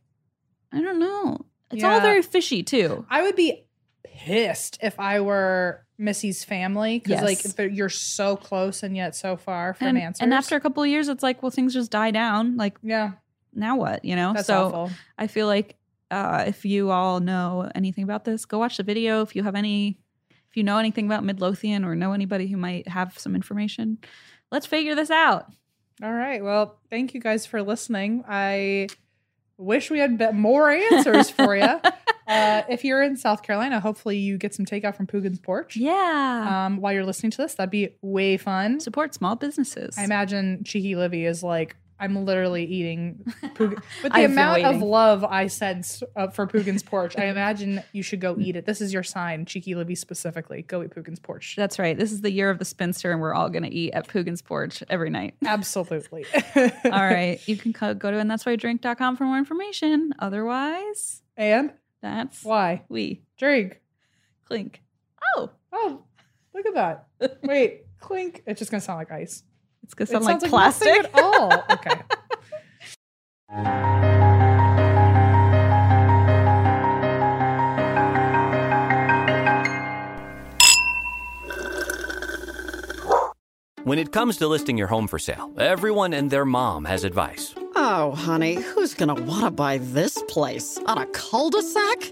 Speaker 1: I don't know. It's all
Speaker 2: Yeah.
Speaker 1: very fishy too.
Speaker 2: I would be pissed if I were Missy's family because
Speaker 1: Yes.
Speaker 2: like if they're- you're so close and yet so far from
Speaker 1: And,
Speaker 2: answers.
Speaker 1: and after a couple of years, it's like, well, things just die down. Like
Speaker 2: yeah,
Speaker 1: now what? You know.
Speaker 2: that's
Speaker 1: Oh, so
Speaker 2: awful.
Speaker 1: I feel like uh, if you all know anything about this, go watch the video. If you have any, if you know anything about Midlothian or know anybody who might have some information, let's figure this out.
Speaker 2: All right. Well, thank you guys for listening. I wish we had bit more answers
Speaker 1: <laughs>
Speaker 2: for you. Uh, if you're in South Carolina, hopefully you get some takeout from Pugin's Porch.
Speaker 1: Yeah.
Speaker 2: Um, while you're listening to this, that'd be way fun.
Speaker 1: Support small businesses.
Speaker 2: Um, I imagine Cheeky Livy is like, I'm
Speaker 1: <laughs>
Speaker 2: literally eating Pugin. With the
Speaker 1: I've been
Speaker 2: amount of
Speaker 1: waiting.
Speaker 2: love I sense uh, for Pugin's Porch, I imagine you should go eat it. This is your sign, Cheeky Livy specifically. Go eat Pugin's Porch.
Speaker 1: <laughs> That's right. This is the year of the spinster, and we're all going to eat at Pugin's porch every night.
Speaker 2: Absolutely.
Speaker 1: all right. You can co- go to and that's why drink.com for more information. Otherwise,
Speaker 2: <laughs> And
Speaker 1: that's
Speaker 2: why?
Speaker 1: we
Speaker 2: Drink.
Speaker 1: clink. Oh,
Speaker 2: Oh, look at that.
Speaker 1: <laughs>
Speaker 2: Wait, clink. It's just going to sound like ice.
Speaker 1: it's going to
Speaker 2: It
Speaker 1: sound like
Speaker 2: sounds nothing
Speaker 1: plastic.
Speaker 2: at all.
Speaker 1: <laughs>
Speaker 2: Okay.
Speaker 4: When it comes to listing your home for sale, everyone and their mom has advice.
Speaker 5: Oh, honey, who's gonna wanna buy this place? On a cul de sac?